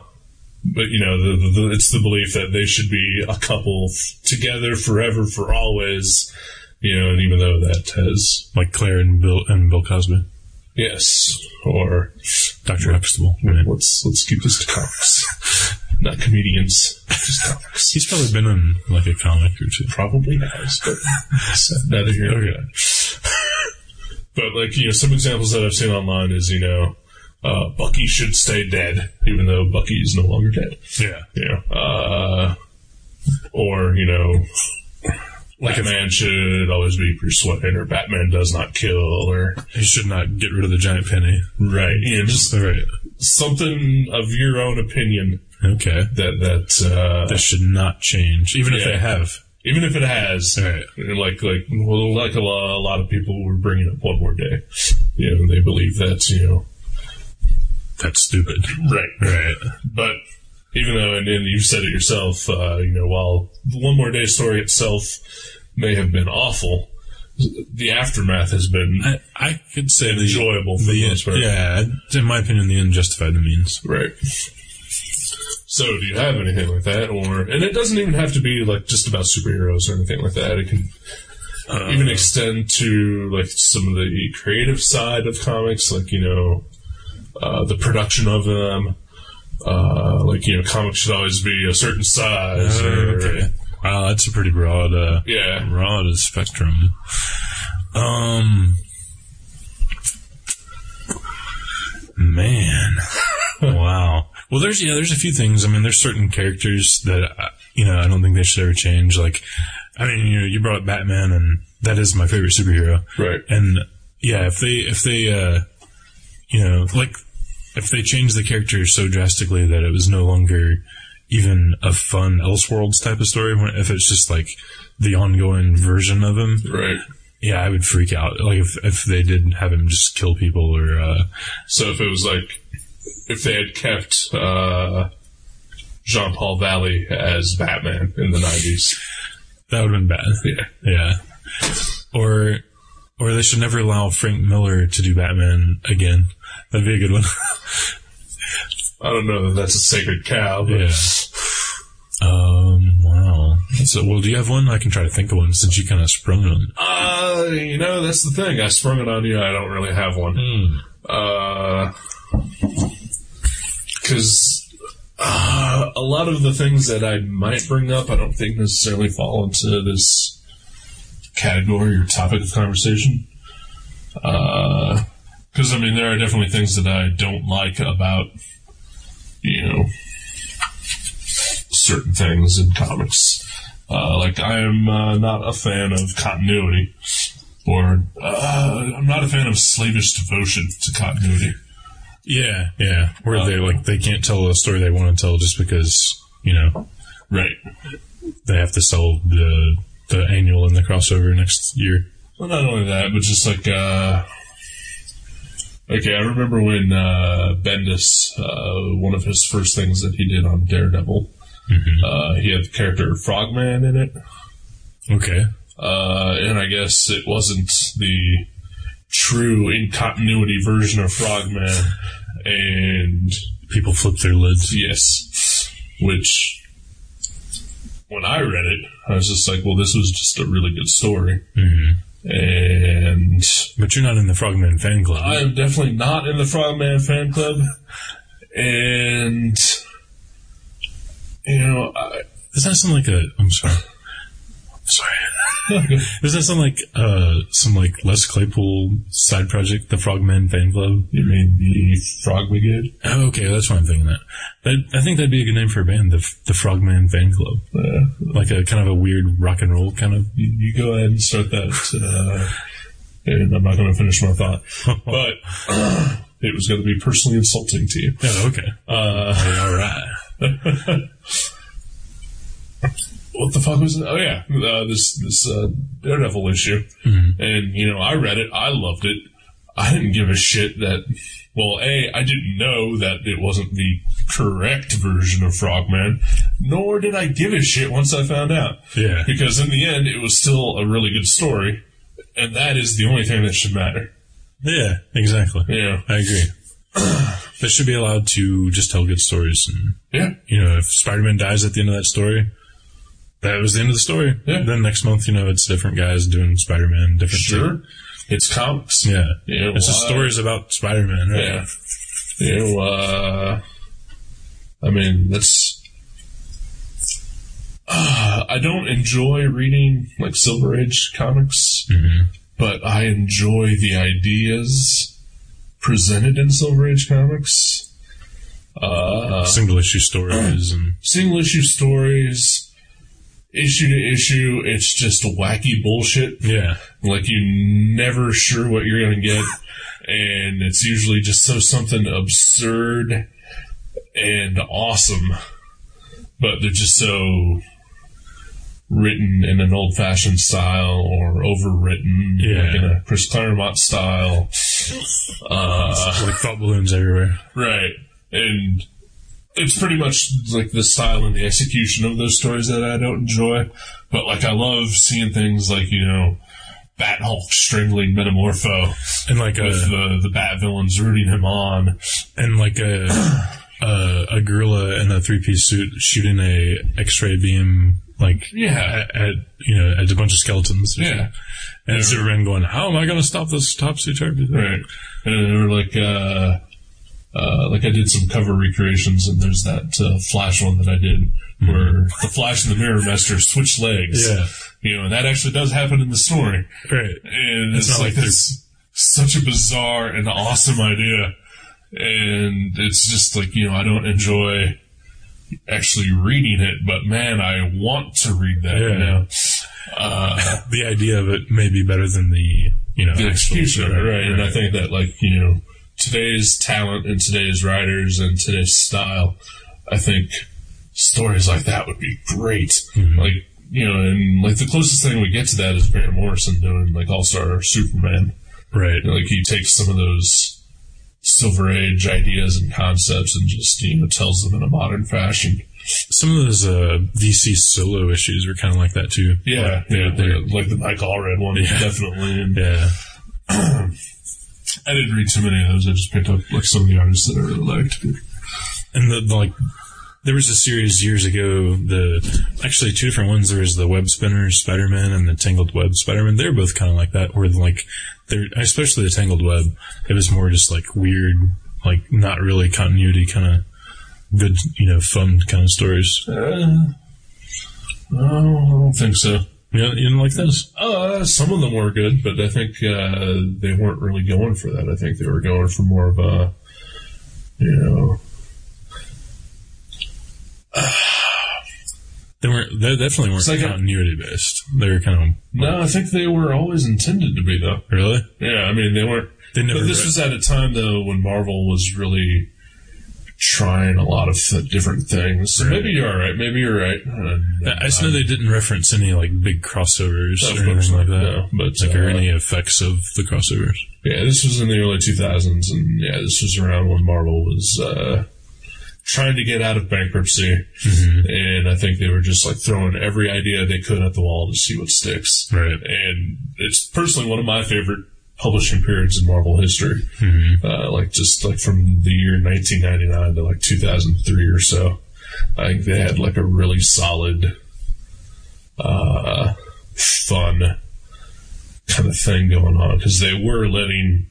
[SPEAKER 1] but you know the, the, the, it's the belief that they should be a couple f- together forever for always you know and even though that has
[SPEAKER 2] Like Claire and Bill and Bill Cosby.
[SPEAKER 1] yes or
[SPEAKER 2] Dr. Huxtable. Yeah.
[SPEAKER 1] let's let's keep this to comics not comedians just comics
[SPEAKER 2] He's probably been in like a comic or two.
[SPEAKER 1] probably has, but neither here nor there. But like you know, some examples that I've seen online is you know, uh, Bucky should stay dead, even though Bucky is no longer dead.
[SPEAKER 2] Yeah.
[SPEAKER 1] You know, uh, or you know, like a man should always be persuaded, or Batman does not kill, or
[SPEAKER 2] He should not get rid of the giant penny.
[SPEAKER 1] right, you know, just
[SPEAKER 2] All right.
[SPEAKER 1] something of your own opinion
[SPEAKER 2] Okay.
[SPEAKER 1] that that uh,
[SPEAKER 2] That should not change, even if
[SPEAKER 1] Yeah.
[SPEAKER 2] they have.
[SPEAKER 1] even if it has,
[SPEAKER 2] All right.
[SPEAKER 1] like like well, like a lot, a lot of people were bringing up one more day. You know, they believe that you know,
[SPEAKER 2] That's stupid.
[SPEAKER 1] right.
[SPEAKER 2] Right.
[SPEAKER 1] But even though, and, and you've said it yourself, uh, you know, while the one more day story itself may have been awful, the aftermath has been
[SPEAKER 2] I, I could say the-
[SPEAKER 1] enjoyable for
[SPEAKER 2] the,
[SPEAKER 1] the most part.
[SPEAKER 2] yeah, in my opinion, the end justified the means.
[SPEAKER 1] Right. So, do you have anything like that, or and it doesn't even have to be like just about superheroes or anything like that. It can even extend to like some of the creative side of comics, like you know, uh, the production of them. Uh, like you know, comics should always be a certain size. or,
[SPEAKER 2] Oh, Okay. Wow, that's a pretty broad, uh,
[SPEAKER 1] Yeah.
[SPEAKER 2] broad spectrum. Um, man, wow. Well, there's yeah, there's a few things. I mean, there's certain characters that uh, you know I don't think they should ever change. Like, I mean, you you brought up Batman, and that is my favorite superhero.
[SPEAKER 1] Right.
[SPEAKER 2] and yeah, if they if they uh, you know like if they changed the character so drastically that it was no longer even a fun Elseworlds type of story, when- if it's just like the ongoing version of him,
[SPEAKER 1] Right.
[SPEAKER 2] yeah, I would freak out. Like if if they did have him just kill people or uh,
[SPEAKER 1] So if it was like, if they had kept uh, Jean Paul Valley as Batman in the nineties,
[SPEAKER 2] that would have been bad.
[SPEAKER 1] yeah,
[SPEAKER 2] Yeah, or or they should never allow Frank Miller to do Batman again. That'd be a good one.
[SPEAKER 1] I don't know that that's a sacred cow, but
[SPEAKER 2] Yeah. Um. Wow. So, well, do you have one? I can try to think of one since you kind of sprung on.
[SPEAKER 1] uh, you know that's the thing. I sprung it on you. I don't really have one. Uh,
[SPEAKER 2] Mm.
[SPEAKER 1] because uh, a lot of the things that I might bring up, I don't think necessarily fall into this category or topic of conversation. Because I mean, there are definitely things that I don't like about you know certain things in comics. Uh, like I am uh, not a fan of continuity, or uh, I'm not a fan of slavish devotion to continuity.
[SPEAKER 2] Yeah. Yeah. Where they like they can't tell a story they want to tell just because you know
[SPEAKER 1] Right.
[SPEAKER 2] they have to sell the the annual and the crossover next year.
[SPEAKER 1] Well, not only that, but just like, uh, okay, I remember when uh, Bendis, uh, one of his first things that he did on Daredevil,
[SPEAKER 2] Mm-hmm.
[SPEAKER 1] uh, he had the character Frogman in it,
[SPEAKER 2] Okay.
[SPEAKER 1] uh, and I guess it wasn't the true in continuity version of Frogman, and
[SPEAKER 2] People flip their lids.
[SPEAKER 1] yes, which when I read it, I was just like, well, this was just a really good story,
[SPEAKER 2] Mhm.
[SPEAKER 1] and.
[SPEAKER 2] But you're not in the Frogman fan club.
[SPEAKER 1] I am definitely not in the Frogman fan club, and you know, I,
[SPEAKER 2] Does that sound like a? I'm sorry. Sorry. Does that sound like uh some like Les Claypool side project, the Frogman fan club?
[SPEAKER 1] you mean the Frog Brigade?
[SPEAKER 2] Oh, okay, that's why I'm thinking that. that. I think that'd be a good name for a band, the F- the Frogman Fan Club,
[SPEAKER 1] Uh,
[SPEAKER 2] like a kind of a weird rock and roll kind of.
[SPEAKER 1] you, you go ahead and start that, uh, and I'm not going to finish my thought, but it was going to be personally insulting to you.
[SPEAKER 2] Oh, okay.
[SPEAKER 1] Uh,
[SPEAKER 2] Hey, all right.
[SPEAKER 1] what the fuck was it? Oh yeah, uh, this this uh, Daredevil issue,
[SPEAKER 2] Mm-hmm.
[SPEAKER 1] and you know I read it, I loved it. I didn't give a shit that. Well, a I didn't know that it wasn't the correct version of Frogman, nor did I give a shit once I found out.
[SPEAKER 2] Yeah.
[SPEAKER 1] Because in the end, it was still a really good story, and that is the only thing that should matter.
[SPEAKER 2] Yeah. Exactly.
[SPEAKER 1] Yeah,
[SPEAKER 2] I agree. they should be allowed to just tell good stories, and
[SPEAKER 1] yeah,
[SPEAKER 2] you know, if Spider-Man dies at the end of that story, that was the end of the story.
[SPEAKER 1] Yeah.
[SPEAKER 2] Then next month, you know, it's different guys doing Spider-Man, different.
[SPEAKER 1] sure. It's comics.
[SPEAKER 2] Yeah.
[SPEAKER 1] Yeah,
[SPEAKER 2] It's just
[SPEAKER 1] why-
[SPEAKER 2] stories about Spider-Man, right?
[SPEAKER 1] Yeah. You know, uh, I mean, that's. Uh, I don't enjoy reading like Silver Age comics,
[SPEAKER 2] Mm-hmm.
[SPEAKER 1] but I enjoy the ideas presented in Silver Age comics. Uh,
[SPEAKER 2] Single issue stories and
[SPEAKER 1] single issue stories, issue to issue, it's just wacky bullshit
[SPEAKER 2] yeah.
[SPEAKER 1] like you never sure what you're gonna get and it's usually just so something absurd and awesome but they're just so written in an old fashioned style or overwritten like
[SPEAKER 2] Yeah.
[SPEAKER 1] in a Chris Claremont style Uh,
[SPEAKER 2] like thought balloons everywhere.
[SPEAKER 1] right and it's pretty much like the style and the execution of those stories that I don't enjoy but like I love seeing things like you know Bat Hulk strangling Metamorpho
[SPEAKER 2] and like a
[SPEAKER 1] with uh, the the Bat villains rooting him on.
[SPEAKER 2] and like a a, a gorilla in a three piece suit shooting a X ray beam like
[SPEAKER 1] Yeah.
[SPEAKER 2] at, at you know at a bunch of skeletons. or
[SPEAKER 1] Yeah.
[SPEAKER 2] something. and Superman going, "How am I going to stop this topsy turvy?" thing?"
[SPEAKER 1] Right. And they were like, uh, uh, like I did some cover recreations, and there's that uh, Flash one that I did where the Flash and the Mirror Master switch legs.
[SPEAKER 2] Hmm. Yeah,
[SPEAKER 1] You know, and that actually does happen in the story.
[SPEAKER 2] right.
[SPEAKER 1] And it's,
[SPEAKER 2] It's not like
[SPEAKER 1] like,
[SPEAKER 2] they're-
[SPEAKER 1] this such a bizarre and awesome idea. And it's just like, you know, I don't enjoy actually reading it, but man, I want to read that
[SPEAKER 2] Yeah.
[SPEAKER 1] now. Uh,
[SPEAKER 2] The idea of it may be better than the you know
[SPEAKER 1] the
[SPEAKER 2] actual-
[SPEAKER 1] execution of it, right? And I think that, like, you know, today's talent and today's writers and today's style, I think stories like that would be great. Like, you know, and like the closest thing we get to that is Grant Morrison doing like All Star Superman.
[SPEAKER 2] right.
[SPEAKER 1] You know, like, he takes some of those Silver Age ideas and concepts and just, you know, tells them in a modern fashion.
[SPEAKER 2] Some of those uh, DC solo issues were kind of like that too.
[SPEAKER 1] Yeah.
[SPEAKER 2] Yeah,
[SPEAKER 1] yeah,
[SPEAKER 2] they're-
[SPEAKER 1] like, like the Mike Allred one,
[SPEAKER 2] Yeah.
[SPEAKER 1] definitely. And
[SPEAKER 2] Yeah,
[SPEAKER 1] I didn't read too many of those. I just picked up like some of the artists that I really liked.
[SPEAKER 2] and the, the, like there was a series years ago the actually two different ones there was the web spinner spider-man and the tangled web spider-man they're both kind of like that where like they're especially the tangled web it was more just like weird like not really continuity kind of good you know fun kind of stories
[SPEAKER 1] Uh, no, Oh, I don't think so.
[SPEAKER 2] you, know, you didn't like those
[SPEAKER 1] Uh, some of them were good, but I think uh, they weren't really going for that. I think they were going for more of a, you know,
[SPEAKER 2] they weren't they definitely weren't
[SPEAKER 1] It's like a-
[SPEAKER 2] continuity based they were kind
[SPEAKER 1] no. I think they were always intended to be though.
[SPEAKER 2] of really
[SPEAKER 1] Yeah, I mean they weren't.
[SPEAKER 2] they never
[SPEAKER 1] But this was at a time though when Marvel was really trying a lot of th- different things. So maybe you're all right. Maybe you're right. Uh,
[SPEAKER 2] I just know they didn't reference any like big crossovers
[SPEAKER 1] Of
[SPEAKER 2] or
[SPEAKER 1] course
[SPEAKER 2] anything like that,
[SPEAKER 1] not, no, but,
[SPEAKER 2] like or
[SPEAKER 1] uh,
[SPEAKER 2] any effects of the crossovers.
[SPEAKER 1] Yeah, this was in the early 2000s, and yeah, this was around when Marvel was uh, trying to get out of bankruptcy.
[SPEAKER 2] Mm-hmm.
[SPEAKER 1] And I think they were just like throwing every idea they could at the wall to see what sticks.
[SPEAKER 2] Right.
[SPEAKER 1] And it's personally one of my favorite publishing periods in Marvel history.
[SPEAKER 2] Mm-hmm.
[SPEAKER 1] Uh, like just like from the year 1999 to like 2003 or so. I think they had like a really solid, uh, fun kind of thing going on because they were letting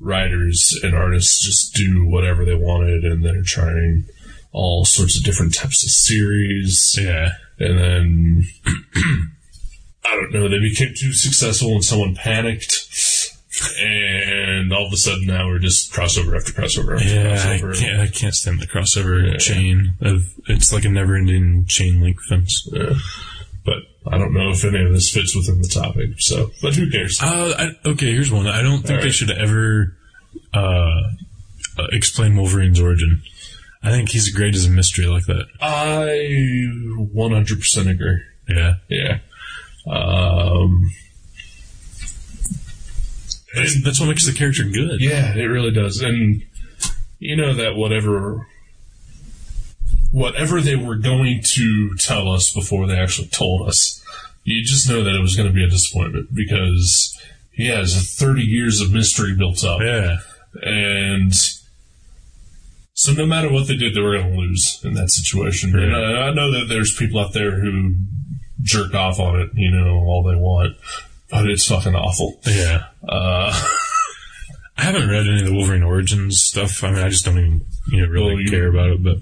[SPEAKER 1] writers and artists just do whatever they wanted and they're trying all sorts of different types of series
[SPEAKER 2] Yeah.
[SPEAKER 1] and then I don't know, they became too successful and someone panicked. And all of a sudden now we're just crossover after crossover after
[SPEAKER 2] Yeah, I
[SPEAKER 1] crossover.
[SPEAKER 2] can't, I can't stand the crossover
[SPEAKER 1] Yeah.
[SPEAKER 2] chain of it's like a never-ending chain link fence.
[SPEAKER 1] Yeah. But I don't know if any of this fits within the topic, so but who cares?
[SPEAKER 2] Uh, I, okay, here's one. I don't think they
[SPEAKER 1] Alright.
[SPEAKER 2] should ever uh, uh, explain Wolverine's origin. I think he's great as a mystery like that.
[SPEAKER 1] I one hundred percent agree.
[SPEAKER 2] Yeah,
[SPEAKER 1] Yeah. Um
[SPEAKER 2] that's, that's what makes the character good.
[SPEAKER 1] Yeah, it really does. And you know that whatever whatever they were going to tell us before they actually told us, you just know that it was going to be a disappointment because he has 30 years of mystery built up.
[SPEAKER 2] yeah,
[SPEAKER 1] And so no matter what they did, they were going to lose in that situation. And I, I know that there's people out there who jerk off on it, you know, all they want, but it's fucking awful.
[SPEAKER 2] yeah.
[SPEAKER 1] Uh,
[SPEAKER 2] I haven't read any of the Wolverine origins stuff. I mean, I just don't even you know really
[SPEAKER 1] Well, you-
[SPEAKER 2] care about it. But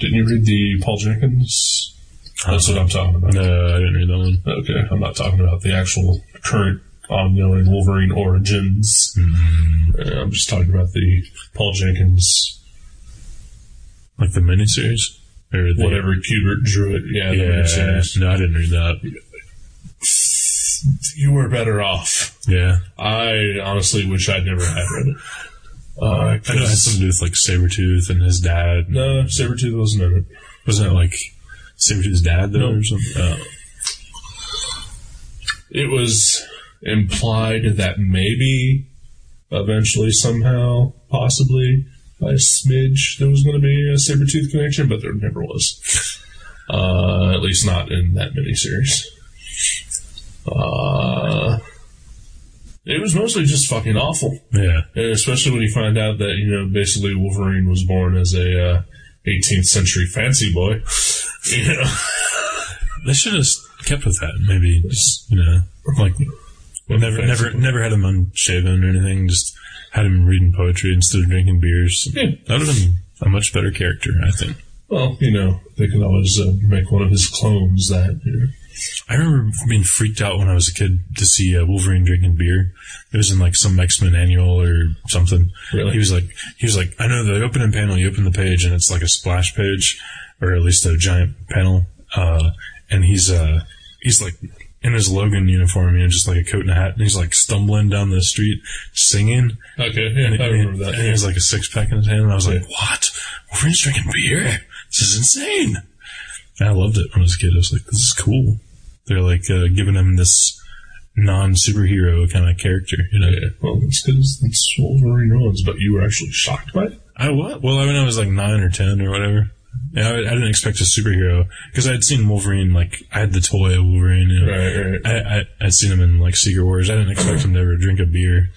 [SPEAKER 1] Didn't you read the Paul Jenkins?
[SPEAKER 2] Uh-huh.
[SPEAKER 1] That's what I'm talking about.
[SPEAKER 2] no, uh, I didn't read that one.
[SPEAKER 1] Okay, I'm not talking about the actual current ongoing Wolverine origins.
[SPEAKER 2] Mm-hmm.
[SPEAKER 1] Uh, I'm just talking about the Paul Jenkins,
[SPEAKER 2] Like the miniseries or the,
[SPEAKER 1] whatever Kubert drew it. Yeah, the
[SPEAKER 2] Yeah,
[SPEAKER 1] miniseries.
[SPEAKER 2] no, I didn't read that.
[SPEAKER 1] you were better off.
[SPEAKER 2] Yeah,
[SPEAKER 1] I honestly wish I'd never had read it. Uh,
[SPEAKER 2] I know it had
[SPEAKER 1] 'cause-
[SPEAKER 2] something to do with like Sabretooth and his dad.
[SPEAKER 1] no, Sabretooth wasn't in it.
[SPEAKER 2] Wasn't it like Sabretooth's dad though or something? Oh.
[SPEAKER 1] it was implied that maybe eventually somehow possibly by a smidge there was going to be a Sabretooth connection but there never was uh, at least not in that miniseries uh, It was mostly just fucking awful.
[SPEAKER 2] Oh, Yeah.
[SPEAKER 1] especially when you find out that you know basically Wolverine was born as a uh, 18th century fancy boy. you know,
[SPEAKER 2] They should have kept with that. Maybe just you know, like never, never, never had him unshaven or anything. Just had him reading poetry instead of drinking beers.
[SPEAKER 1] Yeah.
[SPEAKER 2] That would have been a much better character, I think.
[SPEAKER 1] Well, you know they can always uh, make one of his clones that. You know.
[SPEAKER 2] I remember being freaked out when I was a kid to see uh, Wolverine drinking beer. It was in like some X Men annual or something.
[SPEAKER 1] Really?
[SPEAKER 2] He was like, he was like, I know the opening panel. You open the page and it's like a splash page, or at least a giant panel. Uh, and he's uh, he's like in his Logan uniform, you know, just like a coat and a hat, and he's like stumbling down the street singing.
[SPEAKER 1] Okay, yeah,
[SPEAKER 2] And,
[SPEAKER 1] I remember
[SPEAKER 2] and he
[SPEAKER 1] that.
[SPEAKER 2] has like a six pack in his hand, and I was like, what? Wolverine's drinking beer? This is insane. And I loved it when I was a kid. I was like, this is cool. They're like uh, giving him this non superhero kind of character, you know?
[SPEAKER 1] Yeah, well, it's because it's Wolverine was, but you were actually shocked by it.
[SPEAKER 2] I what? Well, I mean, I was like nine or ten or whatever. Yeah, I, I didn't expect a superhero because I had seen Wolverine. Like I had the toy of Wolverine. You know?
[SPEAKER 1] Right, right.
[SPEAKER 2] I, I I'd seen him in like Secret Wars. I didn't expect him to ever drink a beer.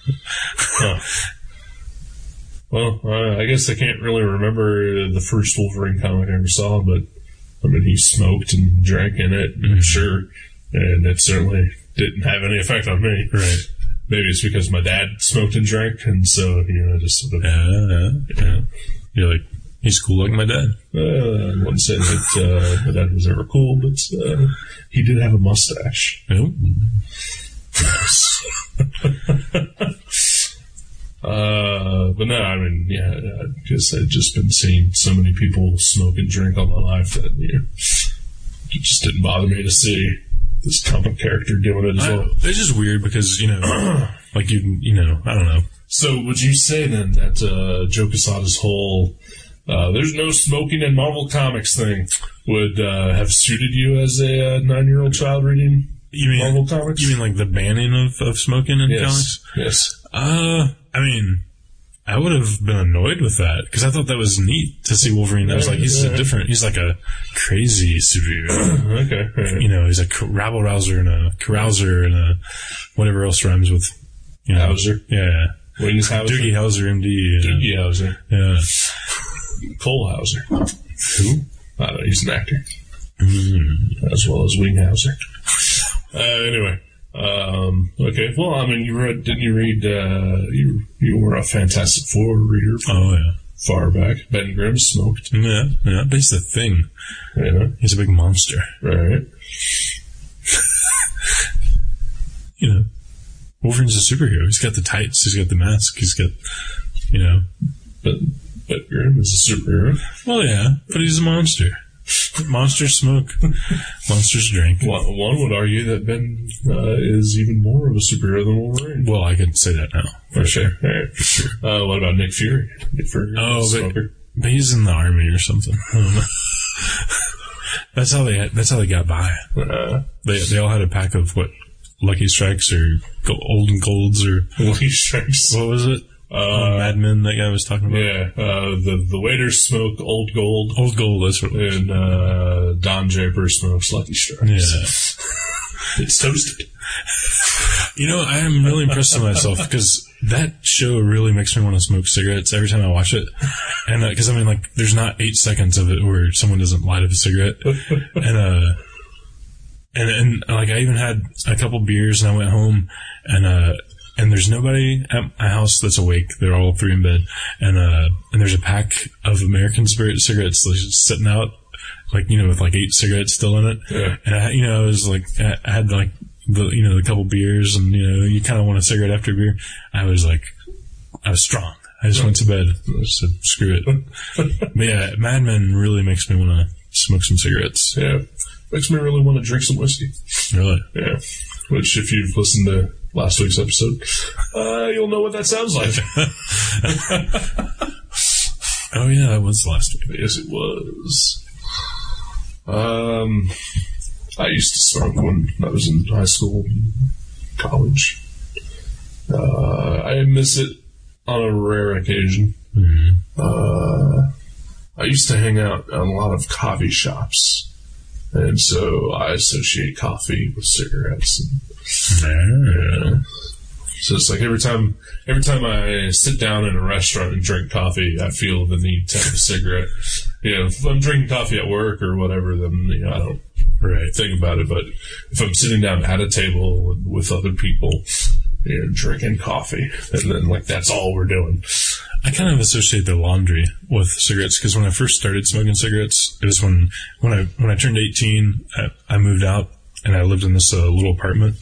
[SPEAKER 1] Well, uh, I guess I can't really remember uh, the first Wolverine comic I ever saw, but I mean, he smoked and drank in it, I'm sure, and it certainly didn't have any effect on me.
[SPEAKER 2] Right.
[SPEAKER 1] Maybe it's because my dad smoked and drank, and so you know, I just sort of.
[SPEAKER 2] Yeah. yeah, yeah. You're like he's cool like my dad.
[SPEAKER 1] Uh, I wouldn't say that uh, my dad was ever cool, but uh, he did have a mustache.
[SPEAKER 2] Nope.
[SPEAKER 1] Uh, but no, I mean, yeah, I guess I'd just been seeing so many people smoke and drink all my life that you know, it just didn't bother me to see this comic character doing it as
[SPEAKER 2] I-
[SPEAKER 1] well.
[SPEAKER 2] it's just weird because you know, like you you know, I don't know.
[SPEAKER 1] So would you say then that uh, Joe Quesada's whole uh, "there's no smoking in Marvel comics" thing would uh, have suited you as a uh, nine-year-old child reading
[SPEAKER 2] You mean
[SPEAKER 1] Marvel comics?
[SPEAKER 2] you mean like the banning of of smoking in
[SPEAKER 1] yes,
[SPEAKER 2] comics?
[SPEAKER 1] yes.
[SPEAKER 2] Uh, I mean, I would have been annoyed with that because I thought that was neat to see Wolverine. I was like, he's a different. He's like a crazy superhero.
[SPEAKER 1] Okay,
[SPEAKER 2] you know, he's a c- rabble rouser and a carouser and a whatever else rhymes with. You know,
[SPEAKER 1] Hauser.
[SPEAKER 2] Yeah,
[SPEAKER 1] Wayne's Hauser,
[SPEAKER 2] Doogie Howser, MD. Yeah.
[SPEAKER 1] Doogie Hauser,
[SPEAKER 2] yeah.
[SPEAKER 1] Cole Hauser.
[SPEAKER 2] Who?
[SPEAKER 1] I don't know, Uh, he's an actor. Mm-hmm. As well as Winghauser. Uh, anyway. Um, okay. Well, I mean, you read, didn't you read, uh, you, you were a Fantastic Four reader
[SPEAKER 2] Oh yeah.
[SPEAKER 1] far back. Ben Grimm smoked,
[SPEAKER 2] Yeah, yeah. But he's the thing.
[SPEAKER 1] you know,
[SPEAKER 2] He's a big monster.
[SPEAKER 1] right?
[SPEAKER 2] You know, Wolverine's a superhero. He's got the tights. He's got the mask. He's got, you know.
[SPEAKER 1] But, but Grimm is a superhero.
[SPEAKER 2] Well, yeah, but he's a monster. Monsters smoke. Monsters drink.
[SPEAKER 1] One, one would argue that Ben, uh, is even more of a superhero than Wolverine.
[SPEAKER 2] Well, I can say that now.
[SPEAKER 1] For sure. All right. Uh, what about Nick Fury? Nick Fury.
[SPEAKER 2] Oh, but-
[SPEAKER 1] smoker.
[SPEAKER 2] But he's in the army or something. I don't know. that's how they. That's how they got by.
[SPEAKER 1] Uh,
[SPEAKER 2] They they all had a pack of what, Lucky Strikes or Go- Golden Golds or
[SPEAKER 1] Lucky Strikes.
[SPEAKER 2] what was it?
[SPEAKER 1] Uh,
[SPEAKER 2] Mad Men. That guy was talking about.
[SPEAKER 1] Yeah, uh, the the waiters smoke old gold,
[SPEAKER 2] Old Gold. That's what. It was.
[SPEAKER 1] and uh, Don Draper smokes Lucky Strikes.
[SPEAKER 2] Yeah.
[SPEAKER 1] It's toasted.
[SPEAKER 2] You know, I am really impressed with myself because that show really makes me want to smoke cigarettes every time I watch it. And because I mean, like, there's not eight seconds of it where someone doesn't light up a cigarette. And uh, and and like I even had a couple beers and I went home and uh. And there's nobody at my house that's awake. They're all three in bed, and uh, and there's a pack of American Spirit cigarettes like, just sitting out, like you know, with like eight cigarettes still in it.
[SPEAKER 1] Yeah.
[SPEAKER 2] And I, you know, I was like, I I had like the, you know, the couple beers and, you know, you kind of want a cigarette after a beer. I was like, I was strong. I just went to bed. I just said, screw it. but yeah, Mad Men really makes me want to smoke some cigarettes.
[SPEAKER 1] Yeah, makes me really want to drink some whiskey.
[SPEAKER 2] Really?
[SPEAKER 1] Yeah, which if you've listened to last week's episode, uh, you'll know what that sounds like.
[SPEAKER 2] Oh yeah, that was last week.
[SPEAKER 1] yes, it was. Um, I used to smoke when I was in high school, college. Uh, I miss it on a rare occasion. Uh, I used to hang out at a lot of coffee shops. And so I associate coffee with cigarettes. And,
[SPEAKER 2] Yeah.
[SPEAKER 1] So it's like every time, every time I sit down in a restaurant and drink coffee, I feel the need to have a cigarette. You know, if I'm drinking coffee at work or whatever, then you know, I don't
[SPEAKER 2] Right.
[SPEAKER 1] think about it. But if I'm sitting down at a table with, with other people, you know, drinking coffee, and then like that's all we're doing.
[SPEAKER 2] I kind of associate the laundry with cigarettes because when I first started smoking cigarettes, it was when when I when I turned eighteen, I, I moved out and I lived in this uh, little apartment,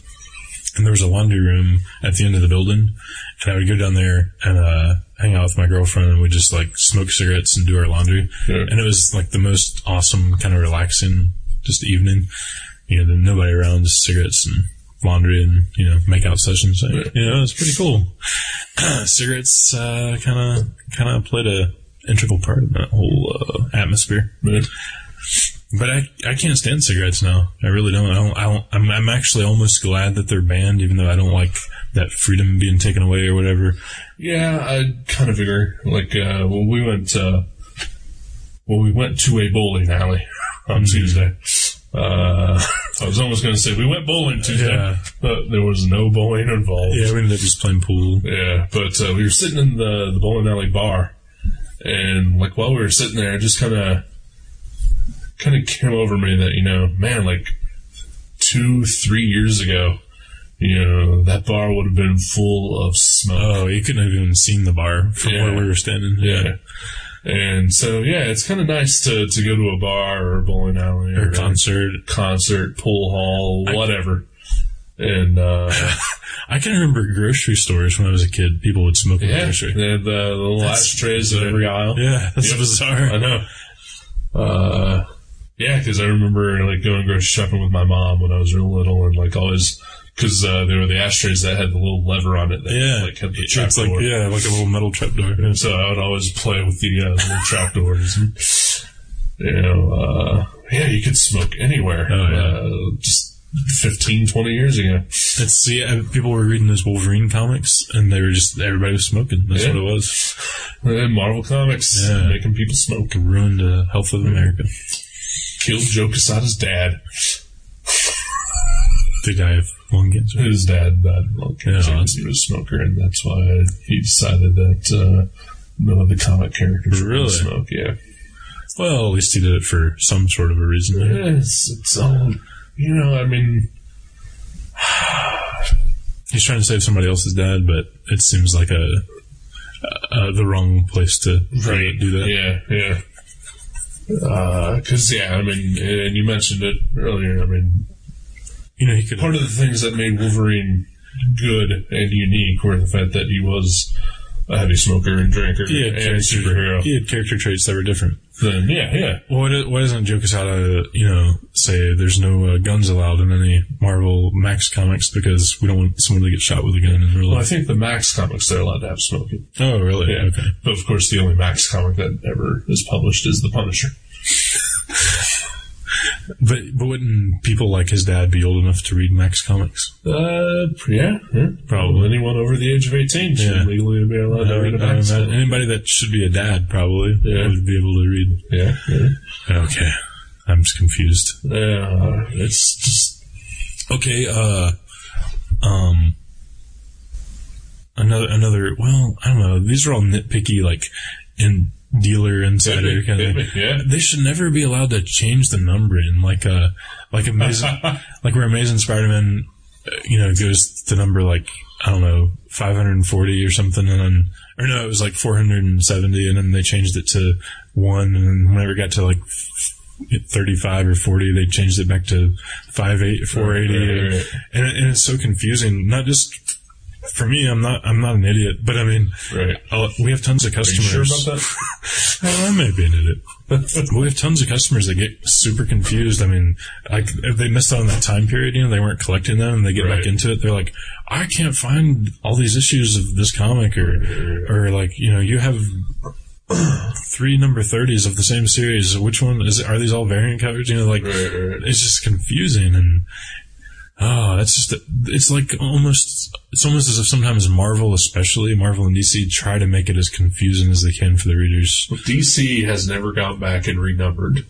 [SPEAKER 2] and there was a laundry room at the end of the building, and I would go down there and uh, hang out with my girlfriend, and we just like smoke cigarettes and do our laundry,
[SPEAKER 1] Yeah.
[SPEAKER 2] and it was like the most awesome kind of relaxing just evening, you know, then nobody around, just cigarettes and laundry and you know make out sessions, you know, it's pretty cool cigarettes uh, kind of kind of played a integral part in that whole uh, atmosphere.
[SPEAKER 1] Yeah.
[SPEAKER 2] But I, I can't stand cigarettes now. I really don't. I don't. I don't I'm, I'm actually almost glad that they're banned, even though I don't like that freedom being taken away or whatever.
[SPEAKER 1] Yeah, I kind of agree. Like uh, when we went, uh, when we went to a bowling alley
[SPEAKER 2] Mm-hmm.
[SPEAKER 1] on Tuesday. Uh, I was almost going to say we went bowling Tuesday,
[SPEAKER 2] Yeah.
[SPEAKER 1] but there was no bowling involved.
[SPEAKER 2] Yeah, we ended up just playing pool.
[SPEAKER 1] Yeah, but uh, we were sitting in the, the bowling alley bar, and like while we were sitting there, it just kind of kind of came over me that you know, man, like two three years ago, you know, that bar would have been full of smoke.
[SPEAKER 2] Oh, you couldn't have even seen the bar from
[SPEAKER 1] Yeah.
[SPEAKER 2] where we were standing.
[SPEAKER 1] yeah. And so, yeah, it's kind of nice to, to go to a bar or a bowling alley
[SPEAKER 2] Or concert.
[SPEAKER 1] concert, pool hall, whatever. and uh,
[SPEAKER 2] I can remember grocery stores when I was a kid. People would smoke in the
[SPEAKER 1] yeah,
[SPEAKER 2] grocery.
[SPEAKER 1] they had the, the little ashtrays in every aisle.
[SPEAKER 2] Yeah, that's
[SPEAKER 1] Yep.
[SPEAKER 2] bizarre.
[SPEAKER 1] I know. Uh, yeah, because I remember like going grocery shopping with my mom when I was real little, and like always because uh, there were the ashtrays that had the little lever on it. That,
[SPEAKER 2] Yeah,
[SPEAKER 1] like had the
[SPEAKER 2] it's like
[SPEAKER 1] trapdoor.
[SPEAKER 2] yeah, like a little metal trapdoor.
[SPEAKER 1] And so I would always play with the uh, little trapdoors. and, You know, uh, yeah, you could smoke anywhere.
[SPEAKER 2] Oh, yeah.
[SPEAKER 1] uh, just 15, 20 years ago.
[SPEAKER 2] It's see, uh, people were reading those Wolverine comics, and they were just everybody was smoking. That's
[SPEAKER 1] Yeah.
[SPEAKER 2] what it was.
[SPEAKER 1] And Uh, Marvel Comics
[SPEAKER 2] Yeah.
[SPEAKER 1] making people smoke.
[SPEAKER 2] It ruined the health of America.
[SPEAKER 1] Killed Joe Casada's dad.
[SPEAKER 2] They die of lung cancer.
[SPEAKER 1] His dad died of lung cancer
[SPEAKER 2] Yeah.
[SPEAKER 1] because he was a smoker, and that's why he decided that uh, none of the comic characters were
[SPEAKER 2] Really?
[SPEAKER 1] going to smoke. Yeah.
[SPEAKER 2] Well, at least he did it for some sort of a reason. there.
[SPEAKER 1] Yeah, It's, it's all, you know, I mean,
[SPEAKER 2] He's trying to save somebody else's dad, but it seems like a uh, the wrong place to
[SPEAKER 1] Right.
[SPEAKER 2] do that.
[SPEAKER 1] Yeah, yeah. Because yeah, I mean, and you mentioned it earlier. I mean,
[SPEAKER 2] You know, he could.
[SPEAKER 1] part of the things that made Wolverine good and unique were the fact that he was a heavy smoker and drinker
[SPEAKER 2] He had,
[SPEAKER 1] and
[SPEAKER 2] character,
[SPEAKER 1] superhero.
[SPEAKER 2] he had character traits that were different.
[SPEAKER 1] Then yeah, yeah,
[SPEAKER 2] Well, why, do, why doesn't Joe Quesada, you know, say there's no uh, guns allowed in any Marvel Max comics because we don't want someone to get shot with a gun in real
[SPEAKER 1] Well, I
[SPEAKER 2] life?
[SPEAKER 1] think the Max comics they're allowed to have smoking.
[SPEAKER 2] Oh, really?
[SPEAKER 1] Yeah,
[SPEAKER 2] Okay.
[SPEAKER 1] but of course, the only Max comic that ever is published is the Punisher.
[SPEAKER 2] But but wouldn't people like his dad be old enough to read Max comics?
[SPEAKER 1] Uh, yeah, yeah.
[SPEAKER 2] Probably.
[SPEAKER 1] anyone over the age of eighteen should
[SPEAKER 2] Yeah.
[SPEAKER 1] legally be allowed to read a
[SPEAKER 2] I would
[SPEAKER 1] Max.
[SPEAKER 2] imagine
[SPEAKER 1] comic.
[SPEAKER 2] anybody that should be a dad probably
[SPEAKER 1] Yeah.
[SPEAKER 2] would be able to read.
[SPEAKER 1] Yeah, yeah.
[SPEAKER 2] Okay, I'm just confused.
[SPEAKER 1] Yeah,
[SPEAKER 2] Uh,
[SPEAKER 1] it's just
[SPEAKER 2] Okay, uh, um, another another. Well, I don't know. These are all nitpicky, like in dealer insider kind of. Thing.
[SPEAKER 1] yeah.
[SPEAKER 2] They should never be allowed to change the numbering, like uh, like amazing, like where Amazing Spider-Man, uh, you know, goes to number like I don't know, 540 or something, and then or no, it was like 470, and then they changed it to one, and then whenever it got to like f- 35 or 40, they changed it back to 58, 480,
[SPEAKER 1] Right, right, right.
[SPEAKER 2] and it- and it's so confusing. Not just for me, I'm not I'm not an idiot, but I mean,
[SPEAKER 1] Right.
[SPEAKER 2] uh, we have tons of
[SPEAKER 1] Are you
[SPEAKER 2] customers.
[SPEAKER 1] sure about that?
[SPEAKER 2] Well, I may be an idiot. But we have tons of customers that get super confused. I mean, like if they missed out on that time period, you know, they weren't collecting them, and they get back
[SPEAKER 1] Right.
[SPEAKER 2] into it. They're like, I can't find all these issues of this comic, or or like you know, you have three number thirties of the same series. Which one is? Are these all variant covers? You know, like
[SPEAKER 1] Right, right.
[SPEAKER 2] it's just confusing and oh that's just it's like almost it's almost as if sometimes marvel especially marvel and dc try to make it as confusing as they can for the readers
[SPEAKER 1] DC has never gone back and renumbered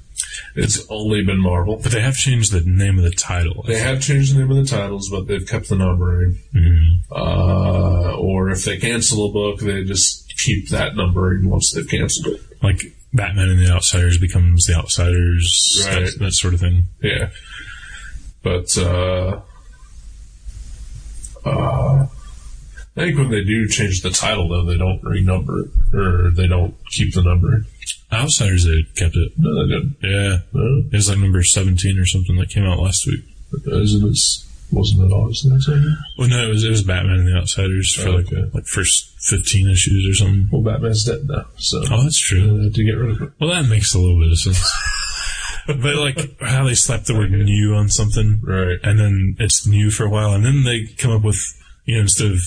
[SPEAKER 1] It's only been Marvel.
[SPEAKER 2] But they have changed the name of the title.
[SPEAKER 1] They have changed the name of the titles, but they've kept the numbering.
[SPEAKER 2] Mm.
[SPEAKER 1] Uh, or if they cancel a book, they just keep that numbering once they've canceled it.
[SPEAKER 2] Like Batman and the Outsiders becomes the Outsiders,
[SPEAKER 1] Right.
[SPEAKER 2] that, that sort of thing.
[SPEAKER 1] Yeah. But, uh, uh, I think when they do change the title, though, they don't renumber it, or they don't keep the number.
[SPEAKER 2] Outsiders, they kept it.
[SPEAKER 1] No, they didn't.
[SPEAKER 2] Yeah.
[SPEAKER 1] No,
[SPEAKER 2] It was like number 17 or something that came out last week.
[SPEAKER 1] isn't this, wasn't it August next year?
[SPEAKER 2] Well, no, it was, it was Batman and the Outsiders for
[SPEAKER 1] Oh,
[SPEAKER 2] like,
[SPEAKER 1] okay.
[SPEAKER 2] like first 15 issues or something.
[SPEAKER 1] Well, Batman's dead now, so
[SPEAKER 2] Oh, that's true.
[SPEAKER 1] they had to get rid of it.
[SPEAKER 2] Well, that makes a little bit of sense. but like how they slapped the word new on something
[SPEAKER 1] Right.
[SPEAKER 2] and then it's new for a while and then they come up with, you know, instead of,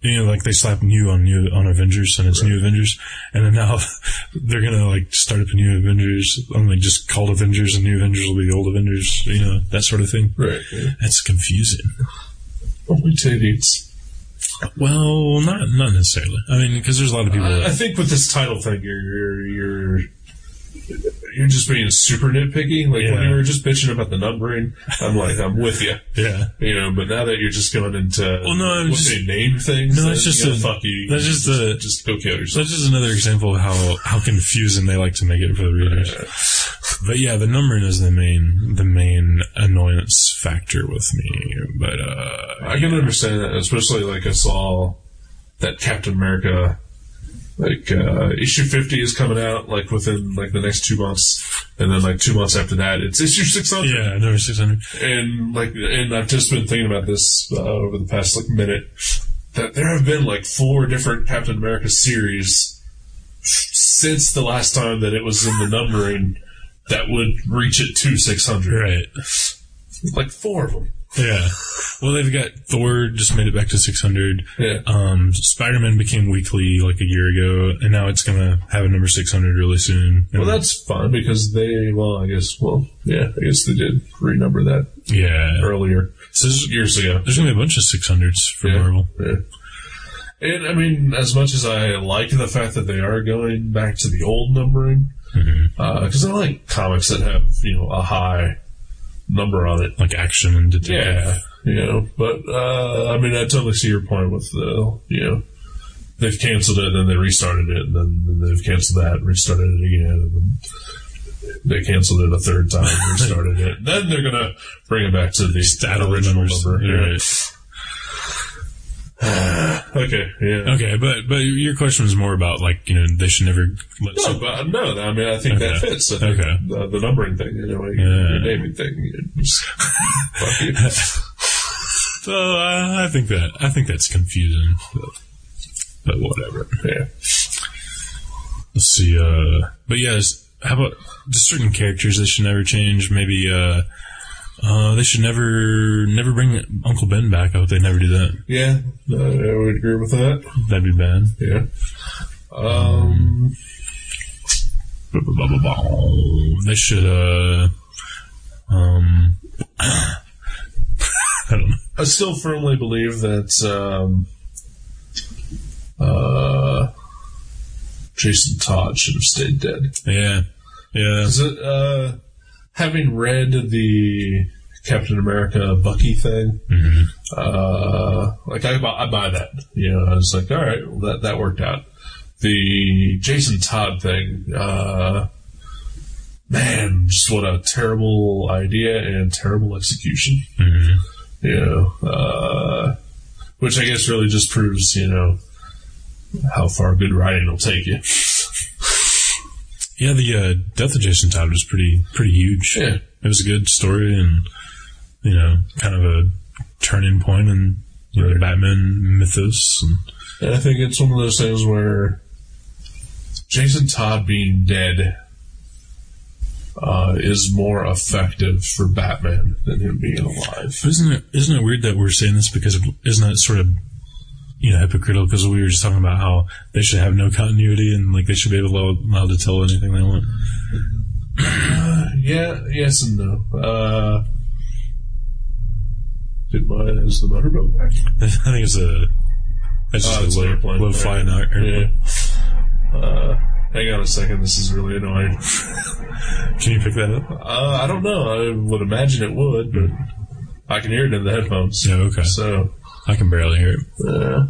[SPEAKER 2] you know, like they slap new on new on Avengers and it's new Avengers and then now they're going to like start up a new Avengers and like just called Avengers and new Avengers will be the old Avengers, you know, that sort of thing.
[SPEAKER 1] Right. Yeah.
[SPEAKER 2] That's confusing.
[SPEAKER 1] Only titties.
[SPEAKER 2] Well, not, not necessarily. I mean, cause there's a lot of people
[SPEAKER 1] I
[SPEAKER 2] that,
[SPEAKER 1] think with this title thing, you're you're you're, you're just being super nitpicky. Like when
[SPEAKER 2] Yeah.
[SPEAKER 1] you were just bitching about the numbering, I'm like, I'm with you,
[SPEAKER 2] yeah.
[SPEAKER 1] you know. But now that you're just going into well,
[SPEAKER 2] no, I'm just-
[SPEAKER 1] name things.
[SPEAKER 2] No,
[SPEAKER 1] then,
[SPEAKER 2] that's just
[SPEAKER 1] you know,
[SPEAKER 2] a-
[SPEAKER 1] fuck you.
[SPEAKER 2] that's just a-
[SPEAKER 1] just go kill
[SPEAKER 2] So
[SPEAKER 1] yourself.
[SPEAKER 2] that's just another example of how, how confusing they like to make it for the readers. But yeah, the numbering is the main the main annoyance factor with me. But uh,
[SPEAKER 1] I can understand that, especially like I saw that Captain America. Like uh, issue fifty is coming out like within like the next two months, and then like two months after that, it's issue six hundred.
[SPEAKER 2] yeah, number six hundred.
[SPEAKER 1] and like and I've just been thinking about this uh, over the past like minute that there have been like four different Captain America series since the last time that it was in the numbering that would reach it to 600
[SPEAKER 2] Right.
[SPEAKER 1] like four of them
[SPEAKER 2] Yeah. Well, they've got Thor just made it back to six hundred.
[SPEAKER 1] yeah
[SPEAKER 2] Um, Spider Man became weekly like a year ago, and now it's gonna have a number six hundred really soon.
[SPEAKER 1] well that's fun because they well I guess well yeah I guess they did renumber that
[SPEAKER 2] yeah.
[SPEAKER 1] earlier
[SPEAKER 2] So there's,
[SPEAKER 1] years ago
[SPEAKER 2] there's gonna be a bunch of six hundreds for
[SPEAKER 1] Yeah.
[SPEAKER 2] Marvel.
[SPEAKER 1] Yeah. And I mean, as much as I like the fact that they are going back to the old numbering,
[SPEAKER 2] Mhm.
[SPEAKER 1] because I like comics that have you know a high number on it.
[SPEAKER 2] Like action and detective.
[SPEAKER 1] you know. But uh, I mean, I totally see your point with the you know they've canceled it, and they restarted it, and then, then they've canceled that, and restarted it again, and then they canceled it a third time, restarted it. Then they're gonna bring it back to the
[SPEAKER 2] Stat
[SPEAKER 1] original
[SPEAKER 2] numbers.
[SPEAKER 1] number.
[SPEAKER 2] Right.
[SPEAKER 1] Yeah. Okay, yeah.
[SPEAKER 2] Okay, but but your question was more about like you know they should never let
[SPEAKER 1] No,
[SPEAKER 2] some-
[SPEAKER 1] but uh, no. I mean, I think that
[SPEAKER 2] Okay.
[SPEAKER 1] fits. I think
[SPEAKER 2] Okay.
[SPEAKER 1] The, the numbering thing, you know, like
[SPEAKER 2] Yeah.
[SPEAKER 1] your naming thing. you just- fuck you.
[SPEAKER 2] so uh, I, I think that I think that's confusing, but, but whatever.
[SPEAKER 1] Yeah.
[SPEAKER 2] Let's see. Uh, but yes, how about just certain characters they should never change? Maybe uh, uh, they should never never bring Uncle Ben back. I hope they never do that.
[SPEAKER 1] Yeah. I I would agree with that.
[SPEAKER 2] That'd be bad.
[SPEAKER 1] Yeah. Um.
[SPEAKER 2] Blah, blah, blah, blah, blah. They should. Uh, um, I don't know.
[SPEAKER 1] I still firmly believe that um, uh, Jason Todd should have stayed dead.
[SPEAKER 2] Yeah, yeah.
[SPEAKER 1] Is it, uh, having read the Captain America Bucky thing, uh, like I buy, I buy that. You know, I was like, all right, well, that that worked out. The Jason Todd thing, uh, man, just what a terrible idea and terrible execution.
[SPEAKER 2] Mhm.
[SPEAKER 1] You know, uh, which I guess really just proves, you know, how far good writing will take you.
[SPEAKER 2] Yeah, the uh, death of Jason Todd was pretty pretty huge.
[SPEAKER 1] Yeah.
[SPEAKER 2] It was a good story, and you know, kind of a turning point in you know, the
[SPEAKER 1] Right.
[SPEAKER 2] Batman mythos. And,
[SPEAKER 1] And I think it's one of those things where Jason Todd being dead uh, is more effective for Batman than him being alive.
[SPEAKER 2] but isn't it isn't it weird that we're saying this because isn't it sort of you know hypocritical because we were just talking about how they should have no continuity and like they should be able allowed, allowed to tell anything they want.
[SPEAKER 1] Yeah, yes and no. Uh, did my is the motorboat back?
[SPEAKER 2] I think it's a that's just
[SPEAKER 1] Oh, it's
[SPEAKER 2] a
[SPEAKER 1] an
[SPEAKER 2] low,
[SPEAKER 1] airplane.
[SPEAKER 2] low flying airplane.
[SPEAKER 1] Yeah. Uh, Hang on a second, this is really annoying.
[SPEAKER 2] Can you pick that up?
[SPEAKER 1] Uh, I don't know. I would imagine it would, but I can hear it in the headphones.
[SPEAKER 2] Yeah, okay.
[SPEAKER 1] So,
[SPEAKER 2] I can barely hear it.
[SPEAKER 1] uh,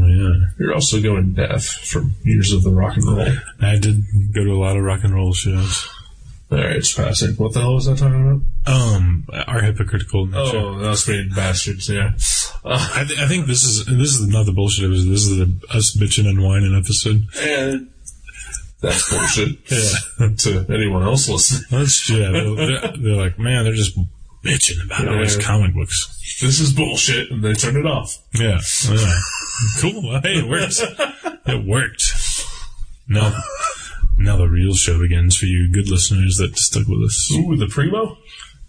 [SPEAKER 2] Oh, yeah.
[SPEAKER 1] you're also going deaf from years of the rock and roll.
[SPEAKER 2] I did go to a lot of rock and roll shows.
[SPEAKER 1] All right, it's passing. What the hell was I talking about?
[SPEAKER 2] Um, our hypocritical nature.
[SPEAKER 1] Oh, that's being bastards. Yeah. Uh,
[SPEAKER 2] I, th- I think this is this is not the bullshit. It was this is the us bitching and whining episode.
[SPEAKER 1] and that's bullshit.
[SPEAKER 2] Yeah,
[SPEAKER 1] to anyone else listening.
[SPEAKER 2] that's yeah. They're, they're- they're like, man, they're just bitching about all these
[SPEAKER 1] Yeah.
[SPEAKER 2] comic books.
[SPEAKER 1] This is bullshit, and they turn it off.
[SPEAKER 2] Yeah, yeah. cool. Hey, it works. It worked. Now, now the real show begins for you, good listeners that stuck with us.
[SPEAKER 1] Ooh, the primo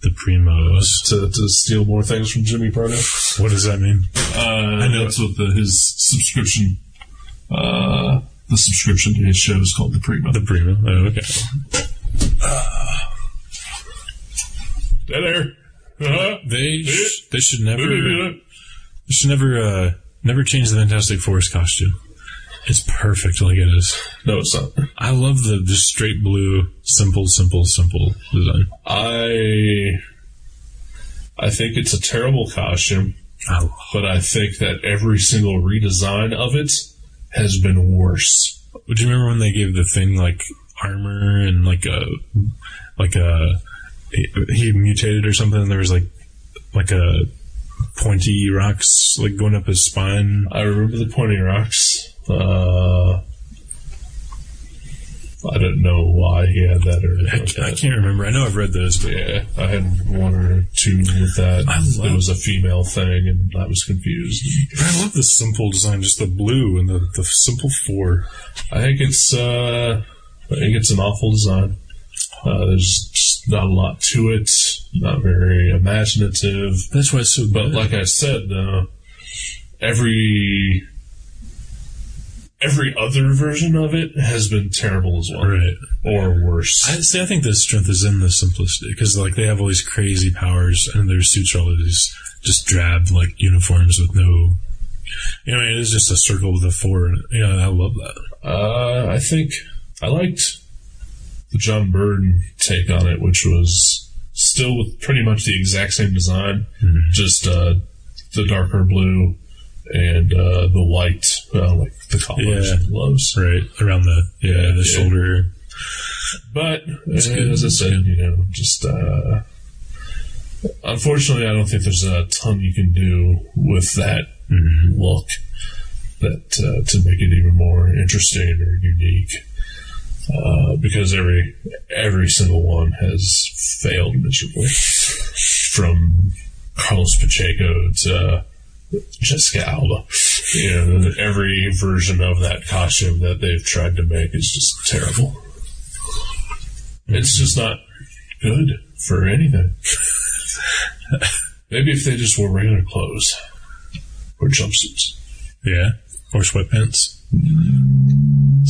[SPEAKER 2] The primos.
[SPEAKER 1] to, to steal more things from Jimmy Pardo.
[SPEAKER 2] What does that mean?
[SPEAKER 1] Uh, I know it's what the, his subscription. Uh, the subscription to his show is called the primo. Uh.
[SPEAKER 2] The primo. Oh, okay.
[SPEAKER 1] Dead air. Uh-huh.
[SPEAKER 2] They sh- they should never.
[SPEAKER 1] Yeah.
[SPEAKER 2] You should never, uh, never change the Fantastic Four's costume. It's perfect like it is.
[SPEAKER 1] No, it's not.
[SPEAKER 2] I love the just straight blue, simple, simple, simple design.
[SPEAKER 1] I. I think it's a terrible costume,
[SPEAKER 2] I,
[SPEAKER 1] but I think that every single redesign of it has been worse.
[SPEAKER 2] do you remember when they gave the thing like armor and like a, like a, he, he mutated or something and there was like, like a pointy rocks like going up his spine?
[SPEAKER 1] I remember the pointing rocks. Uh, I don't know why he had that or
[SPEAKER 2] I,
[SPEAKER 1] anything like
[SPEAKER 2] I
[SPEAKER 1] that.
[SPEAKER 2] can't remember. I know I've read those, but
[SPEAKER 1] Yeah, I had one or two with that.
[SPEAKER 2] I love-
[SPEAKER 1] it was a female thing, and I was confused.
[SPEAKER 2] I love the simple design, just the blue and the, the simple four.
[SPEAKER 1] I think it's uh, I think it's an awful design. Uh, there's just not a lot to it. Not very imaginative.
[SPEAKER 2] That's why it's so
[SPEAKER 1] But like I said, though, every every other version of it has been terrible as well,
[SPEAKER 2] Right.
[SPEAKER 1] or worse.
[SPEAKER 2] I see. I think the strength is in the simplicity because like they have all these crazy powers and their suits are all of these just drab like uniforms with no. You know, it is just a circle with a four. in it. You know, I love that.
[SPEAKER 1] Uh, I think I liked the John Burden take on it, which was still with pretty much the exact same design, just uh, the darker blue and uh, the white, uh, like the collars
[SPEAKER 2] Yeah.
[SPEAKER 1] and gloves.
[SPEAKER 2] Right around the yeah,
[SPEAKER 1] Yeah,
[SPEAKER 2] the
[SPEAKER 1] yeah.
[SPEAKER 2] shoulder.
[SPEAKER 1] But uh,
[SPEAKER 2] good.
[SPEAKER 1] as I said, you know, just uh, unfortunately, I don't think there's a ton you can do with that look that uh, to make it even more interesting or unique. Uh, because every every single one has failed miserably, from Carlos Pacheco to Jessica Alba. You know, every version of that costume that they've tried to make is just terrible. It's just not good for anything. Maybe if they just wore regular clothes or jumpsuits,
[SPEAKER 2] Yeah, or sweatpants,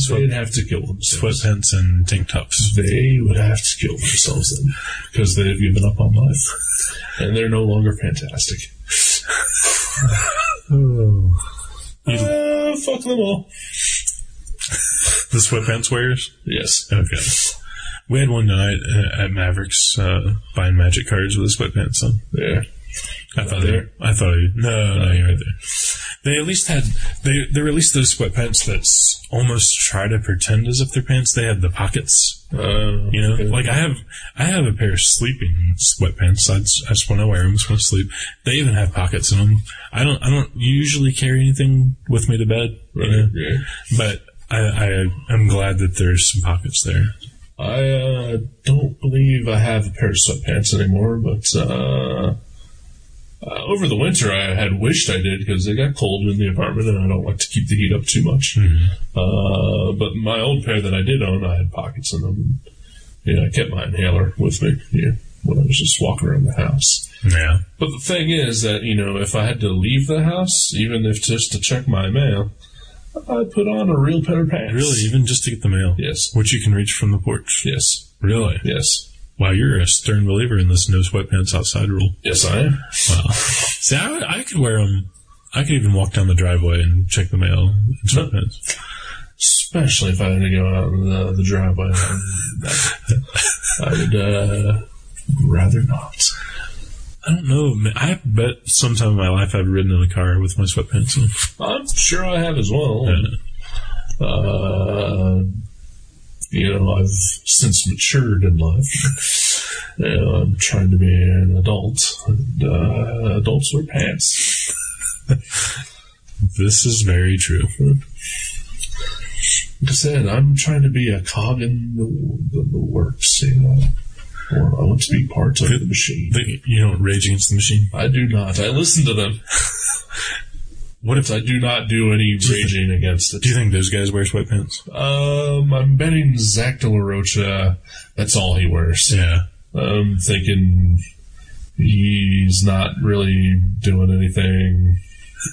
[SPEAKER 1] they'd have to kill themselves.
[SPEAKER 2] sweatpants and tank tops.
[SPEAKER 1] They would have to kill themselves then, because they've given up on life, and they're no longer fantastic.
[SPEAKER 2] Oh.
[SPEAKER 1] Uh, fuck them all.
[SPEAKER 2] The sweatpants wearers.
[SPEAKER 1] Yes.
[SPEAKER 2] Okay. We had one night uh, at Mavericks uh, buying magic cards with the sweatpants on.
[SPEAKER 1] Yeah.
[SPEAKER 2] I thought they,
[SPEAKER 1] There?
[SPEAKER 2] I thought you. No, no, you're right there. They at least had they they released those sweatpants that s- almost try to pretend as if they're pants. They had the pockets,
[SPEAKER 1] Uh,
[SPEAKER 2] you know.
[SPEAKER 1] okay.
[SPEAKER 2] Like I have I have a pair of sleeping sweatpants. I just, I just want to wear them. Just want to sleep. They even have pockets in them. I don't I don't usually carry anything with me to bed, you
[SPEAKER 1] Right,
[SPEAKER 2] know?
[SPEAKER 1] yeah.
[SPEAKER 2] but I, I am glad that there's some pockets there.
[SPEAKER 1] I uh, don't believe I have a pair of sweatpants anymore, but uh, uh, over the winter I had wished I did because it got cold in the apartment and I don't like to keep the heat up too much. Uh, but my old pair that I did own, I had pockets in them. And, you know, I kept my inhaler with me you know, when I was just walking around the house.
[SPEAKER 2] Yeah,
[SPEAKER 1] But the thing is that, you know, if I had to leave the house, even if just to check my mail, I'd put on a real pair of pants.
[SPEAKER 2] really, even just to get the mail,
[SPEAKER 1] Yes.
[SPEAKER 2] which you can reach from the porch.
[SPEAKER 1] Yes.
[SPEAKER 2] Really.
[SPEAKER 1] Yes.
[SPEAKER 2] Wow, you're a stern believer in this no sweatpants outside rule.
[SPEAKER 1] Yes, I am.
[SPEAKER 2] Wow. See, I, would- I could wear them. I could even walk down the driveway and check the mail in sweatpants.
[SPEAKER 1] especially if I had to go out in the, the driveway. I would uh, rather not.
[SPEAKER 2] I don't know. man. I bet sometime in my life I've ridden in a car with my sweatpants on.
[SPEAKER 1] I'm sure I have as well. Uh, you know, I've since matured in life. you know, I'm trying to be an adult. And, uh, adults wear pants.
[SPEAKER 2] This is very true.
[SPEAKER 1] Like I said, I'm trying to be a cog in the, the, the works, you know. Or I want to be part of the machine.
[SPEAKER 2] They- you don't rage against the machine.
[SPEAKER 1] I do not. I listen to them. what if I do not do any raging against it?
[SPEAKER 2] Do you think those guys wear sweatpants?
[SPEAKER 1] Um, I'm betting Zach De La Rocha. That's all he wears.
[SPEAKER 2] Yeah.
[SPEAKER 1] I'm thinking he's not really doing anything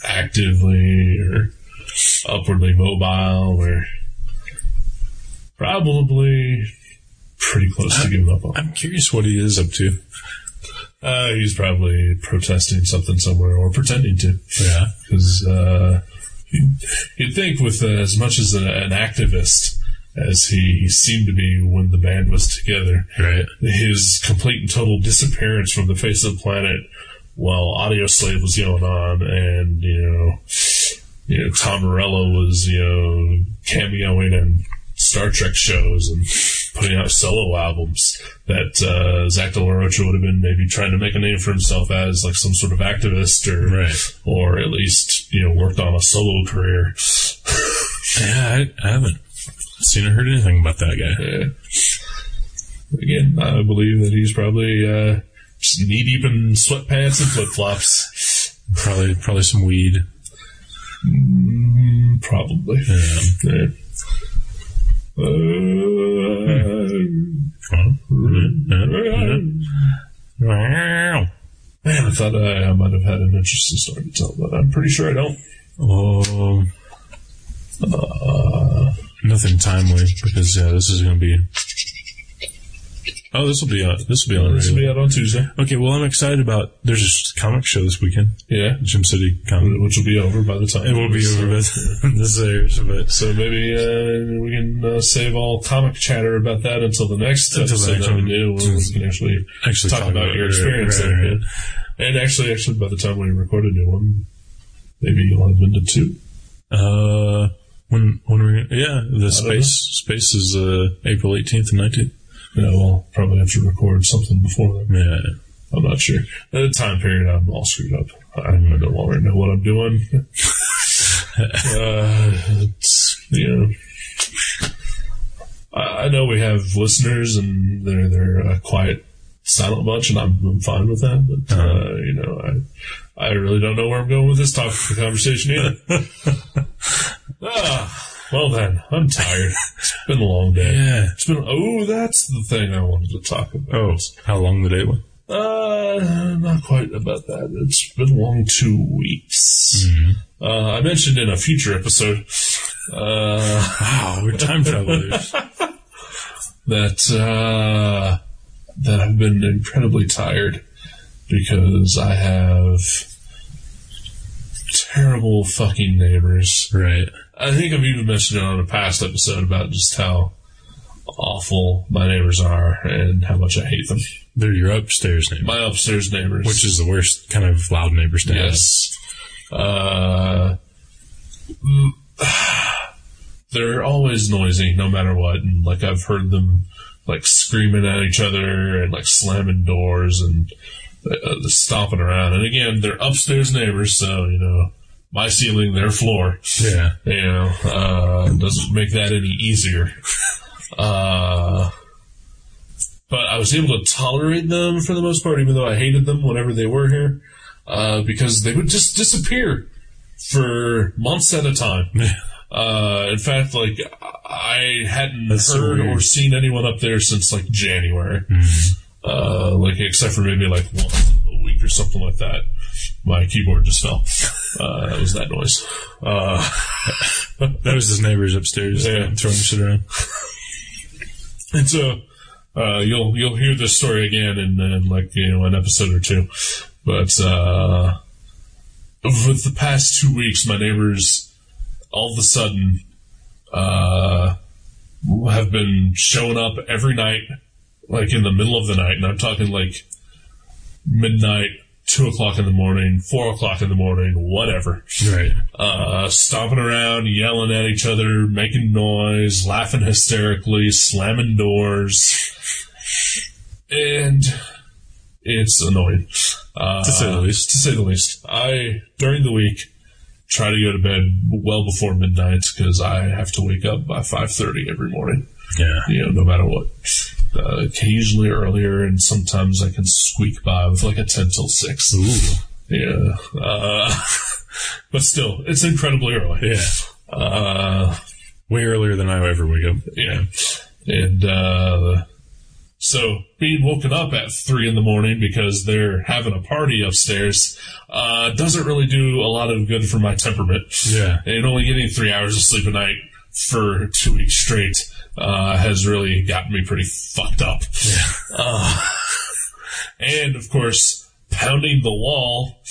[SPEAKER 1] actively or upwardly mobile or probably pretty close to giving up on.
[SPEAKER 2] I'm curious what he is up to.
[SPEAKER 1] Uh, he's probably protesting something somewhere or pretending to.
[SPEAKER 2] Yeah.
[SPEAKER 1] Because uh, you'd think, with uh, as much as a, an activist as he seemed to be when the band was together,
[SPEAKER 2] Right.
[SPEAKER 1] his complete and total disappearance from the face of the planet while Audio Slave was going on, and you know, you know, Tom Morello was you know cameoing in Star Trek shows and putting out solo albums that uh, Zach De La Rocha would have been maybe trying to make a name for himself as like some sort of activist or
[SPEAKER 2] Right.
[SPEAKER 1] or at least you know worked on a solo career.
[SPEAKER 2] Yeah, I, I haven't seen or heard anything about that guy.
[SPEAKER 1] Yeah. Again, I believe that he's probably uh, knee deep in sweatpants and flip flops.
[SPEAKER 2] Probably, probably some weed.
[SPEAKER 1] Probably.
[SPEAKER 2] Yeah.
[SPEAKER 1] Yeah. Uh,
[SPEAKER 2] Mm-hmm. Oh,
[SPEAKER 1] man, I thought uh, I, I might have had an interesting story to tell, but I'm pretty sure I don't.
[SPEAKER 2] Um, uh, nothing timely because yeah, this is going to be. Oh, this will be on. This will be on.
[SPEAKER 1] This will
[SPEAKER 2] radio.
[SPEAKER 1] be out on Tuesday.
[SPEAKER 2] okay, well, I'm excited about. There's a comic show this weekend,
[SPEAKER 1] Yeah,
[SPEAKER 2] Jim City Comic.
[SPEAKER 1] which will be over by the time
[SPEAKER 2] It will be over with this airs, but
[SPEAKER 1] So maybe uh, we can uh, save all comic chatter about that until the next
[SPEAKER 2] Until
[SPEAKER 1] episode
[SPEAKER 2] the next
[SPEAKER 1] that we
[SPEAKER 2] one.
[SPEAKER 1] do, when we can actually
[SPEAKER 2] actually
[SPEAKER 1] talk about your
[SPEAKER 2] it.
[SPEAKER 1] experience
[SPEAKER 2] Right,
[SPEAKER 1] there.
[SPEAKER 2] right, right.
[SPEAKER 1] yeah. And actually, actually, by the time we record a new one, maybe you'll have been to two.
[SPEAKER 2] Uh, when when we yeah, the
[SPEAKER 1] don't know.
[SPEAKER 2] space space is uh April 18th and 19th.
[SPEAKER 1] You know, I'll probably have to record something before then.
[SPEAKER 2] Yeah,
[SPEAKER 1] I'm not sure. At the time period, I'm all screwed up. I I no longer know what I'm doing. uh, it's, you know, I, I know we have listeners, and they're they're a quiet, silent bunch, and I'm, I'm fine with that. But uh, you know, I I really don't know where I'm going with this topic of conversation either. ah, well then, I'm tired. It's been a long day.
[SPEAKER 2] yeah.
[SPEAKER 1] It's been oh, that's the thing I wanted to talk about.
[SPEAKER 2] Oh, how long the date was?
[SPEAKER 1] Uh, not quite about that. It's been a long two weeks. Uh, I mentioned in a future episode uh,
[SPEAKER 2] Wow, we're time travelers.
[SPEAKER 1] that uh, that I've been incredibly tired because I have terrible fucking neighbors.
[SPEAKER 2] right.
[SPEAKER 1] I think I've even mentioned it on a past episode about just how awful my neighbors are and how much I hate them.
[SPEAKER 2] They're your upstairs neighbors,
[SPEAKER 1] My upstairs neighbors,
[SPEAKER 2] which is the worst kind of loud neighbors to have.
[SPEAKER 1] Yes. Uh, mm, they're always noisy, no matter what. And like I've heard them like screaming at each other and like slamming doors and uh, stomping around. And again, they're upstairs neighbors, so you know my ceiling, their floor.
[SPEAKER 2] Yeah.
[SPEAKER 1] You know, uh, doesn't make that any easier. Uh, but I was able to tolerate them for the most part, even though I hated them whenever they were here, uh, because they would just disappear for months at a time. Uh, in fact, like I hadn't
[SPEAKER 2] That's so
[SPEAKER 1] heard
[SPEAKER 2] weird. Hmm.
[SPEAKER 1] or seen anyone up there since like January, uh, like except for maybe like one a week or something like that. My keyboard just fell. Uh, that was that noise. Uh,
[SPEAKER 2] that was his neighbors upstairs
[SPEAKER 1] Yeah.
[SPEAKER 2] throwing shit around.
[SPEAKER 1] And so uh, you'll you'll hear this story again in, in like you know an episode or two, but uh, with the past two weeks, my neighbors all of a sudden uh, have been showing up every night, like in the middle of the night, and I'm talking like midnight, two o'clock in the morning, four o'clock in the morning, whatever.
[SPEAKER 2] Right.
[SPEAKER 1] Uh, stomping around, yelling at each other, making noise, laughing hysterically, slamming doors, and it's annoying. Uh,
[SPEAKER 2] To say the least.
[SPEAKER 1] To say the least. I during the week try to go to bed well before midnight because I have to wake up by five thirty every morning
[SPEAKER 2] Yeah.
[SPEAKER 1] you know, no matter what. Uh, occasionally earlier, and sometimes I can squeak by with like a 10 till 6.
[SPEAKER 2] Ooh.
[SPEAKER 1] Yeah. Uh, but still, it's incredibly early.
[SPEAKER 2] Yeah.
[SPEAKER 1] Uh,
[SPEAKER 2] Way earlier than I ever wake up.
[SPEAKER 1] yeah. And, uh, so being woken up at three in the morning because they're having a party upstairs, uh, doesn't really do a lot of good for my temperament.
[SPEAKER 2] Yeah.
[SPEAKER 1] And only getting three hours of sleep a night for two weeks straight, uh, has really gotten me pretty fucked up. Uh, and of course pounding the wall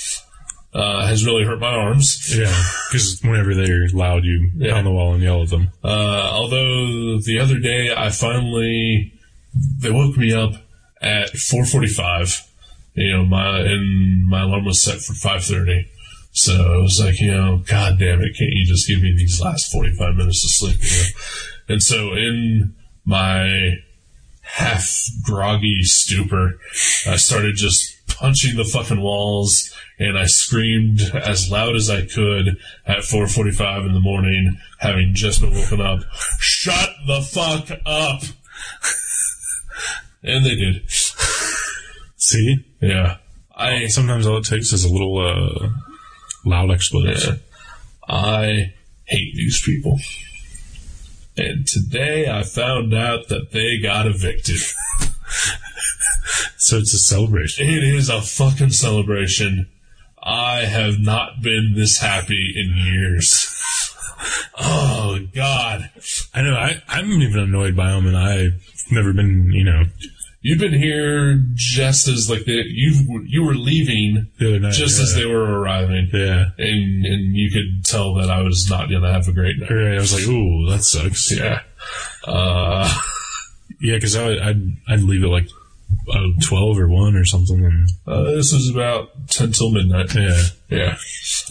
[SPEAKER 1] uh, has really hurt my arms.
[SPEAKER 2] Yeah. Because whenever they're loud, you
[SPEAKER 1] Yeah.
[SPEAKER 2] pound the wall and yell at them.
[SPEAKER 1] Uh, although the other day I finally they woke me up at 4:45. You know, my and my alarm was set for 5:30. So I was like, you know, God damn it, can't you just give me these last 45 minutes of sleep? You know? And so in my half groggy stupor, I started just punching the fucking walls and I screamed as loud as I could at 4.45 in the morning, having just been woken up, shut the fuck up! and they did.
[SPEAKER 2] See?
[SPEAKER 1] Yeah. I,
[SPEAKER 2] Sometimes all it takes is a little uh, loud expletive.
[SPEAKER 1] Yeah. I hate these people. And today I found out that they got evicted.
[SPEAKER 2] So it's a celebration.
[SPEAKER 1] It is a fucking celebration. I have not been this happy in years. Oh God!
[SPEAKER 2] I know. I, I'm even annoyed by them, and I've never been, you know,
[SPEAKER 1] You've been here just as like the, you you were leaving
[SPEAKER 2] the other night.
[SPEAKER 1] just
[SPEAKER 2] yeah.
[SPEAKER 1] as they were arriving,
[SPEAKER 2] Yeah.
[SPEAKER 1] and and you could tell that I was not gonna have a great night.
[SPEAKER 2] Right. I was like, ooh, that sucks.
[SPEAKER 1] Yeah. Uh,
[SPEAKER 2] Yeah, because I'd, I'd leave at like uh, 12 or 1 or something. And,
[SPEAKER 1] uh, this was about ten till midnight.
[SPEAKER 2] yeah.
[SPEAKER 1] Yeah.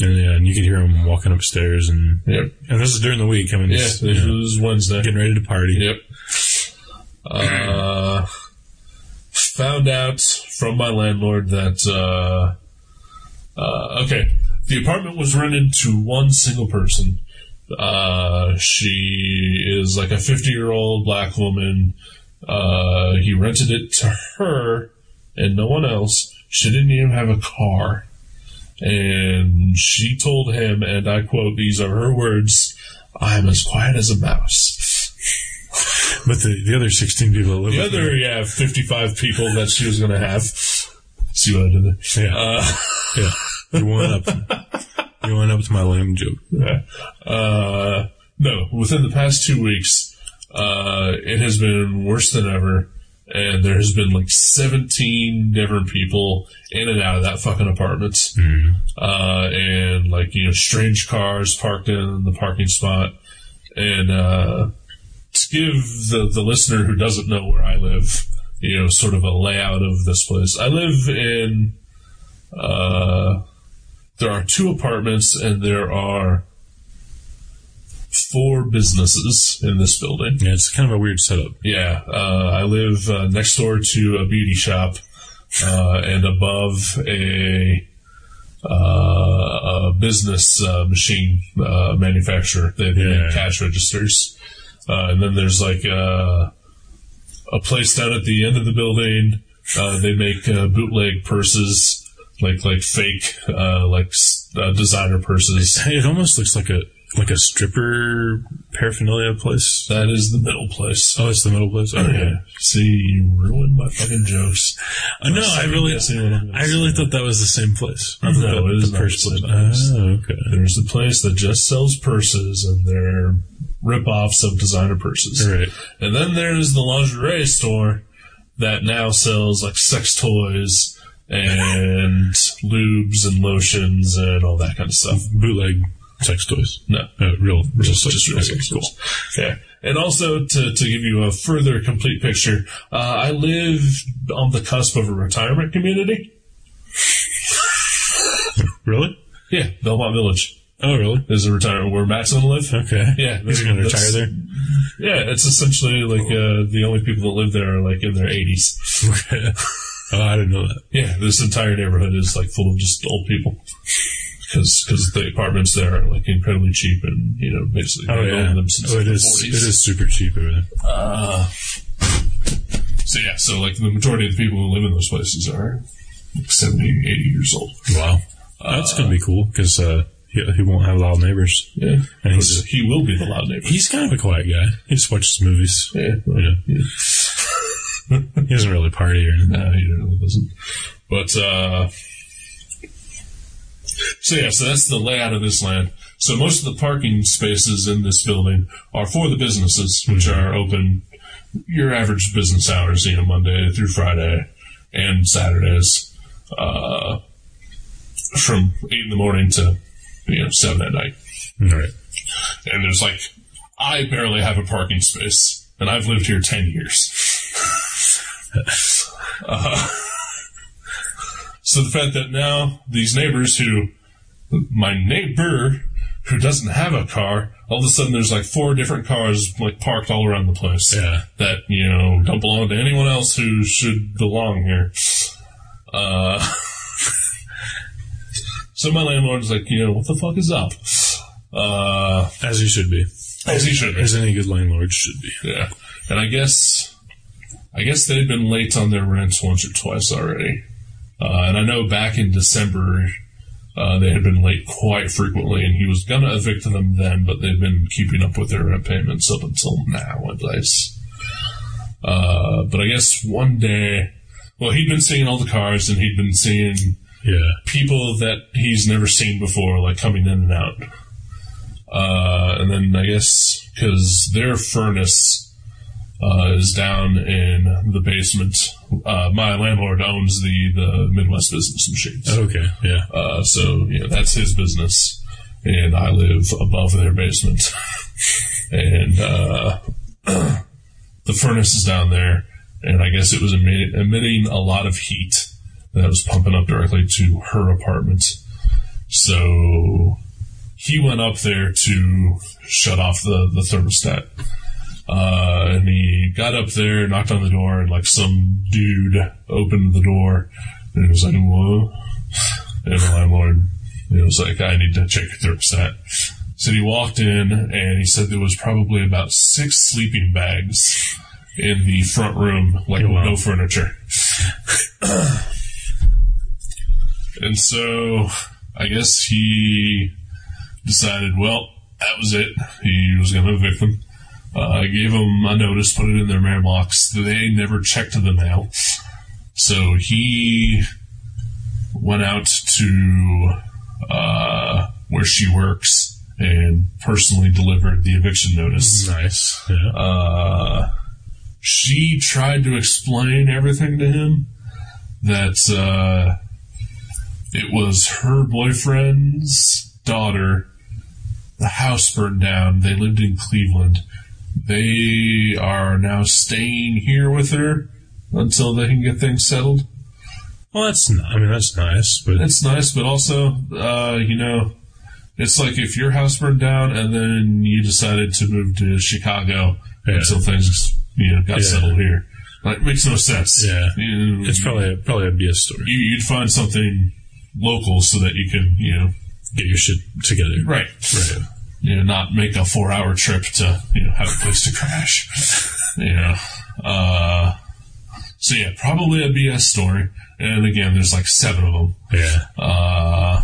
[SPEAKER 2] And, yeah, and you could hear them walking upstairs. And,
[SPEAKER 1] Yep.
[SPEAKER 2] and this is during the week. I mean,
[SPEAKER 1] Yeah.
[SPEAKER 2] it's,
[SPEAKER 1] This
[SPEAKER 2] you know,
[SPEAKER 1] was Wednesday.
[SPEAKER 2] getting ready to party.
[SPEAKER 1] Yep. Uh, found out from my landlord that uh, uh, okay, the apartment was rented to one single person. Uh, she is like a fifty-year-old black woman. Uh, he rented it to her and no one else. She didn't even have a car. And she told him, and I quote, these are her words, I'm as quiet as a mouse.
[SPEAKER 2] But the, the other 16 people that live
[SPEAKER 1] The
[SPEAKER 2] with me-
[SPEAKER 1] other, yeah, 55 people that she was going to have. See what I did there?
[SPEAKER 2] Yeah.
[SPEAKER 1] uh,
[SPEAKER 2] yeah. You went up. You went up to my lamb joke.
[SPEAKER 1] Yeah. Uh, no, within the past two weeks, uh, it has been worse than ever. And there has been like 17 different people in and out of that fucking apartment. Uh, and like, you know, strange cars parked in the parking spot. And, uh, to give the, the listener who doesn't know where I live, you know, sort of a layout of this place. I live in, uh, there are two apartments and there are four businesses in this building.
[SPEAKER 2] Yeah, it's kind of a weird setup.
[SPEAKER 1] Yeah, uh, I live uh, next door to a beauty shop uh, and above a, uh, a business uh, machine uh, manufacturer. They they
[SPEAKER 2] Yeah.
[SPEAKER 1] make cash registers, uh, and then there's like uh, a place down at the end of the building. Uh, they make uh, bootleg purses. Like like fake uh, like s- uh, designer purses.
[SPEAKER 2] Hey, It almost looks like a like a stripper paraphernalia place.
[SPEAKER 1] That is the middle place.
[SPEAKER 2] Oh, it's the middle place. Okay.
[SPEAKER 1] Yeah. See, you ruined my fucking jokes.
[SPEAKER 2] Uh, no, I really,
[SPEAKER 1] Guessing what I'm gonna
[SPEAKER 2] I really thought that was the same place. I thought
[SPEAKER 1] No,
[SPEAKER 2] that
[SPEAKER 1] it is not
[SPEAKER 2] the
[SPEAKER 1] the
[SPEAKER 2] person-
[SPEAKER 1] same place.
[SPEAKER 2] Oh, okay.
[SPEAKER 1] There's the place that just sells purses and they're rip-offs of designer purses.
[SPEAKER 2] All right.
[SPEAKER 1] And then there's the lingerie store that now sells like sex toys and lubes and lotions and all that kind of stuff.
[SPEAKER 2] Bootleg sex toys.
[SPEAKER 1] No.
[SPEAKER 2] Uh, real, real
[SPEAKER 1] Just,
[SPEAKER 2] sex
[SPEAKER 1] just real
[SPEAKER 2] toys.
[SPEAKER 1] sex toys. Yeah. And also to, to give you a further complete picture, uh, I live on the cusp of a retirement community.
[SPEAKER 2] Really?
[SPEAKER 1] Yeah, Belmont Village
[SPEAKER 2] Oh, really?
[SPEAKER 1] is a retirement where Matt's gonna live.
[SPEAKER 2] Okay.
[SPEAKER 1] Yeah,
[SPEAKER 2] He's going to
[SPEAKER 1] that's-
[SPEAKER 2] retire there.
[SPEAKER 1] Yeah, it's essentially like uh, the only people that live there are like in their eighties.
[SPEAKER 2] oh, I didn't know that.
[SPEAKER 1] Yeah, this entire neighborhood is like full of just old people because the apartments there are like incredibly cheap and you know basically
[SPEAKER 2] Oh,
[SPEAKER 1] they've
[SPEAKER 2] yeah.
[SPEAKER 1] owned them since
[SPEAKER 2] Oh, it
[SPEAKER 1] the
[SPEAKER 2] is.
[SPEAKER 1] 40s.
[SPEAKER 2] It is super cheap over there.
[SPEAKER 1] Uh, so yeah, so like the majority of the people who live in those places are like 70, 80 years old.
[SPEAKER 2] Wow. That's going to be cool because uh, he, he won't have loud neighbors.
[SPEAKER 1] Yeah,
[SPEAKER 2] And he's-
[SPEAKER 1] he will be the loud neighbor.
[SPEAKER 2] He's kind of a quiet guy. He just watches movies.
[SPEAKER 1] Yeah,
[SPEAKER 2] You
[SPEAKER 1] well,
[SPEAKER 2] know,
[SPEAKER 1] yeah.
[SPEAKER 2] he doesn't really party or anything.
[SPEAKER 1] No, he really doesn't. But uh, so yeah, so that's the layout of this land. So most of the parking spaces in this building are for the businesses, which are open your average business hours, you know, Monday through Friday and Saturdays, uh, from eight in the morning to you know seven at night.
[SPEAKER 2] All right.
[SPEAKER 1] And there's like, I barely have a parking space, and I've lived here ten years. Uh, So the fact that now these neighbors who, my neighbor who doesn't have a car, all of a sudden there's like four different cars like parked all around the place
[SPEAKER 2] Yeah.
[SPEAKER 1] that, you know, don't belong to anyone else who should belong here. Uh, so my landlord's like, you know, what the fuck is up? Uh,
[SPEAKER 2] As he should be.
[SPEAKER 1] as he should be.
[SPEAKER 2] As any good landlord should be.
[SPEAKER 1] Yeah. And I guess, I guess they've been late on their rents once or twice already. Uh, and I know back in December, uh, they had been late quite frequently, and he was gonna evict them then, but they've been keeping up with their rent payments up until now, I guess. Uh, but I guess one day, well, he'd been seeing all the cars, and he'd been seeing
[SPEAKER 2] Yeah.
[SPEAKER 1] people that he's never seen before, like coming in and out. Uh, and then I guess because their furnace uh, is down in the basement, uh, my landlord owns the the Midwest business machines.
[SPEAKER 2] Okay. Yeah.
[SPEAKER 1] Uh, so you know that's his business, and I live above their basement, and uh, the furnace is down there, and I guess it was emit- emitting a lot of heat that was pumping up directly to her apartment. So he went up there to shut off the the thermostat. Uh, and he got up there, knocked on the door, and like some dude opened the door, and he was like, "Whoa!" And the landlord it was like, I need to check your thermostat. So he walked in and he said there was probably about six sleeping bags in the front room, like
[SPEAKER 2] Oh, wow.
[SPEAKER 1] with no furniture. and so I guess he decided, well, that was it. He was going to evict them. Uh, I gave them a notice, put it in their mailbox. They never checked the mail. So he went out to uh, where she works and personally delivered the eviction notice.
[SPEAKER 2] Nice. Yeah.
[SPEAKER 1] Uh, she tried to explain everything to him that uh, it was her boyfriend's daughter. The house burned down. They lived in Cleveland. They are now staying here with her until they can get things settled.
[SPEAKER 2] well, that's. n- I mean, that's nice, but
[SPEAKER 1] It's nice, but also, uh, you know, it's like if your house burned down and then you decided to move to Chicago
[SPEAKER 2] Yeah.
[SPEAKER 1] until things, you know, got
[SPEAKER 2] Yeah.
[SPEAKER 1] settled here. Like, makes no sense.
[SPEAKER 2] Yeah.
[SPEAKER 1] You,
[SPEAKER 2] it's probably a, probably a BS story.
[SPEAKER 1] you, you'd find something local so that you could, you know,
[SPEAKER 2] Get your shit together.
[SPEAKER 1] right,
[SPEAKER 2] Right.
[SPEAKER 1] you know, not make a four-hour trip to, you know, have a place to crash. you know, uh, so yeah, probably a BS story. And again, there's like seven of them.
[SPEAKER 2] Yeah.
[SPEAKER 1] Uh,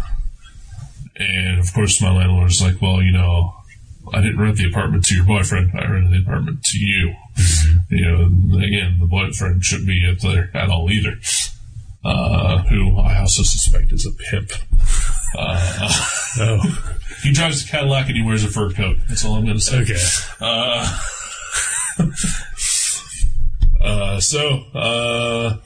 [SPEAKER 1] and of course, my landlord's like, well, you know, I didn't rent the apartment to your boyfriend. I rented the apartment to you. You know, and again, the boyfriend shouldn't be at there at all either. Uh, who I also suspect is a pimp.
[SPEAKER 2] Oh.
[SPEAKER 1] He drives a Cadillac and he wears a fur coat. That's all I'm going to say.
[SPEAKER 2] Okay.
[SPEAKER 1] Uh, so, uh,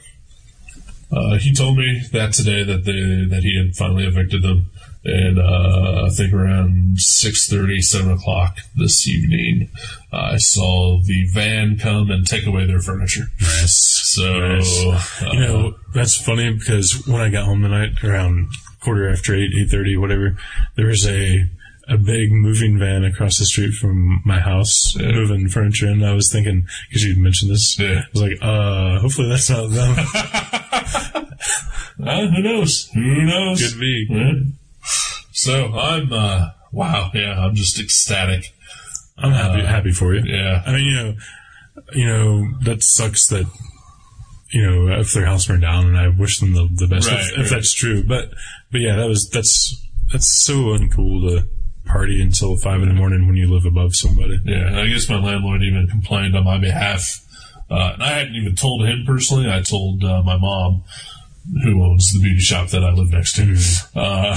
[SPEAKER 1] Uh, he told me that today that they that he had finally evicted them, and uh, I think around 6.30, 7 o'clock this evening, I saw the van come and take away their furniture.
[SPEAKER 2] Nice.
[SPEAKER 1] So,
[SPEAKER 2] Nice.
[SPEAKER 1] uh,
[SPEAKER 2] You know, that's funny because when I got home tonight, around quarter after eight, eight thirty, whatever, there was a a big moving van across the street from my house
[SPEAKER 1] Yeah.
[SPEAKER 2] moving furniture, and I was thinking because you mentioned this,
[SPEAKER 1] Yeah.
[SPEAKER 2] I was like, uh, hopefully that's not them.
[SPEAKER 1] uh, who knows? Who knows?
[SPEAKER 2] Could be.
[SPEAKER 1] Yeah. So I'm, uh, wow, yeah, I'm just ecstatic.
[SPEAKER 2] I'm happy happy for you.
[SPEAKER 1] Yeah.
[SPEAKER 2] I mean, you know, you know that sucks that you know if their house burned down, and I wish them the, the best
[SPEAKER 1] Right,
[SPEAKER 2] if,
[SPEAKER 1] right.
[SPEAKER 2] if that's true. But but yeah, that was that's that's so uncool to party until five in the morning when you live above somebody.
[SPEAKER 1] Yeah, and I guess my landlord even complained on my behalf. Uh, and I hadn't even told him personally. I told uh, my mom, who owns the beauty shop that I live next to. Uh,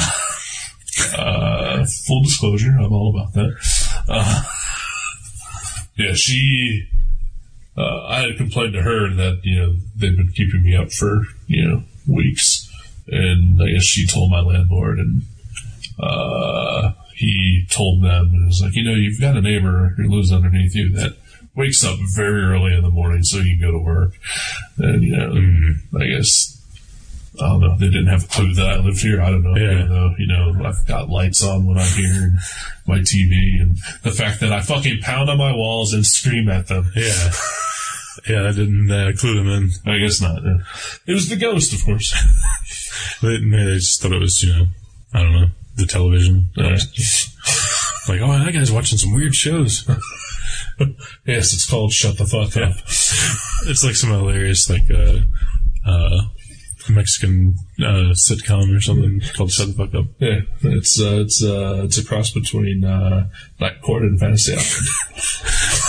[SPEAKER 1] uh, full disclosure, I'm all about that. Uh, yeah, she. Uh, I had complained to her that you know they've been keeping me up for you know weeks, and I guess she told my landlord, and uh, he told them, and it was like, you know, you've got a neighbor who lives underneath you that wakes up very early in the morning so you can go to work. And, you know,
[SPEAKER 2] Mm-hmm.
[SPEAKER 1] I guess, I don't know, they didn't have a clue that I lived here. I don't know.
[SPEAKER 2] Yeah.
[SPEAKER 1] Even though, you know, I've got lights on when I'm here and my TV and the fact that I fucking pound on my walls and scream at them.
[SPEAKER 2] Yeah, yeah, that didn't uh, clue them in.
[SPEAKER 1] I guess not. yeah. It was the ghost, of course.
[SPEAKER 2] They, maybe they just thought it was you know, I don't know, the television.
[SPEAKER 1] Yeah.
[SPEAKER 2] Like, oh, that guy's watching some weird shows.
[SPEAKER 1] yes, it's called Shut the Fuck Up.
[SPEAKER 2] It's like some hilarious like uh, uh, Mexican uh, sitcom or something called "Shut the Fuck Up."
[SPEAKER 1] Yeah, it's uh, it's uh, it's a cross between uh, Black Court and Fantasy Island.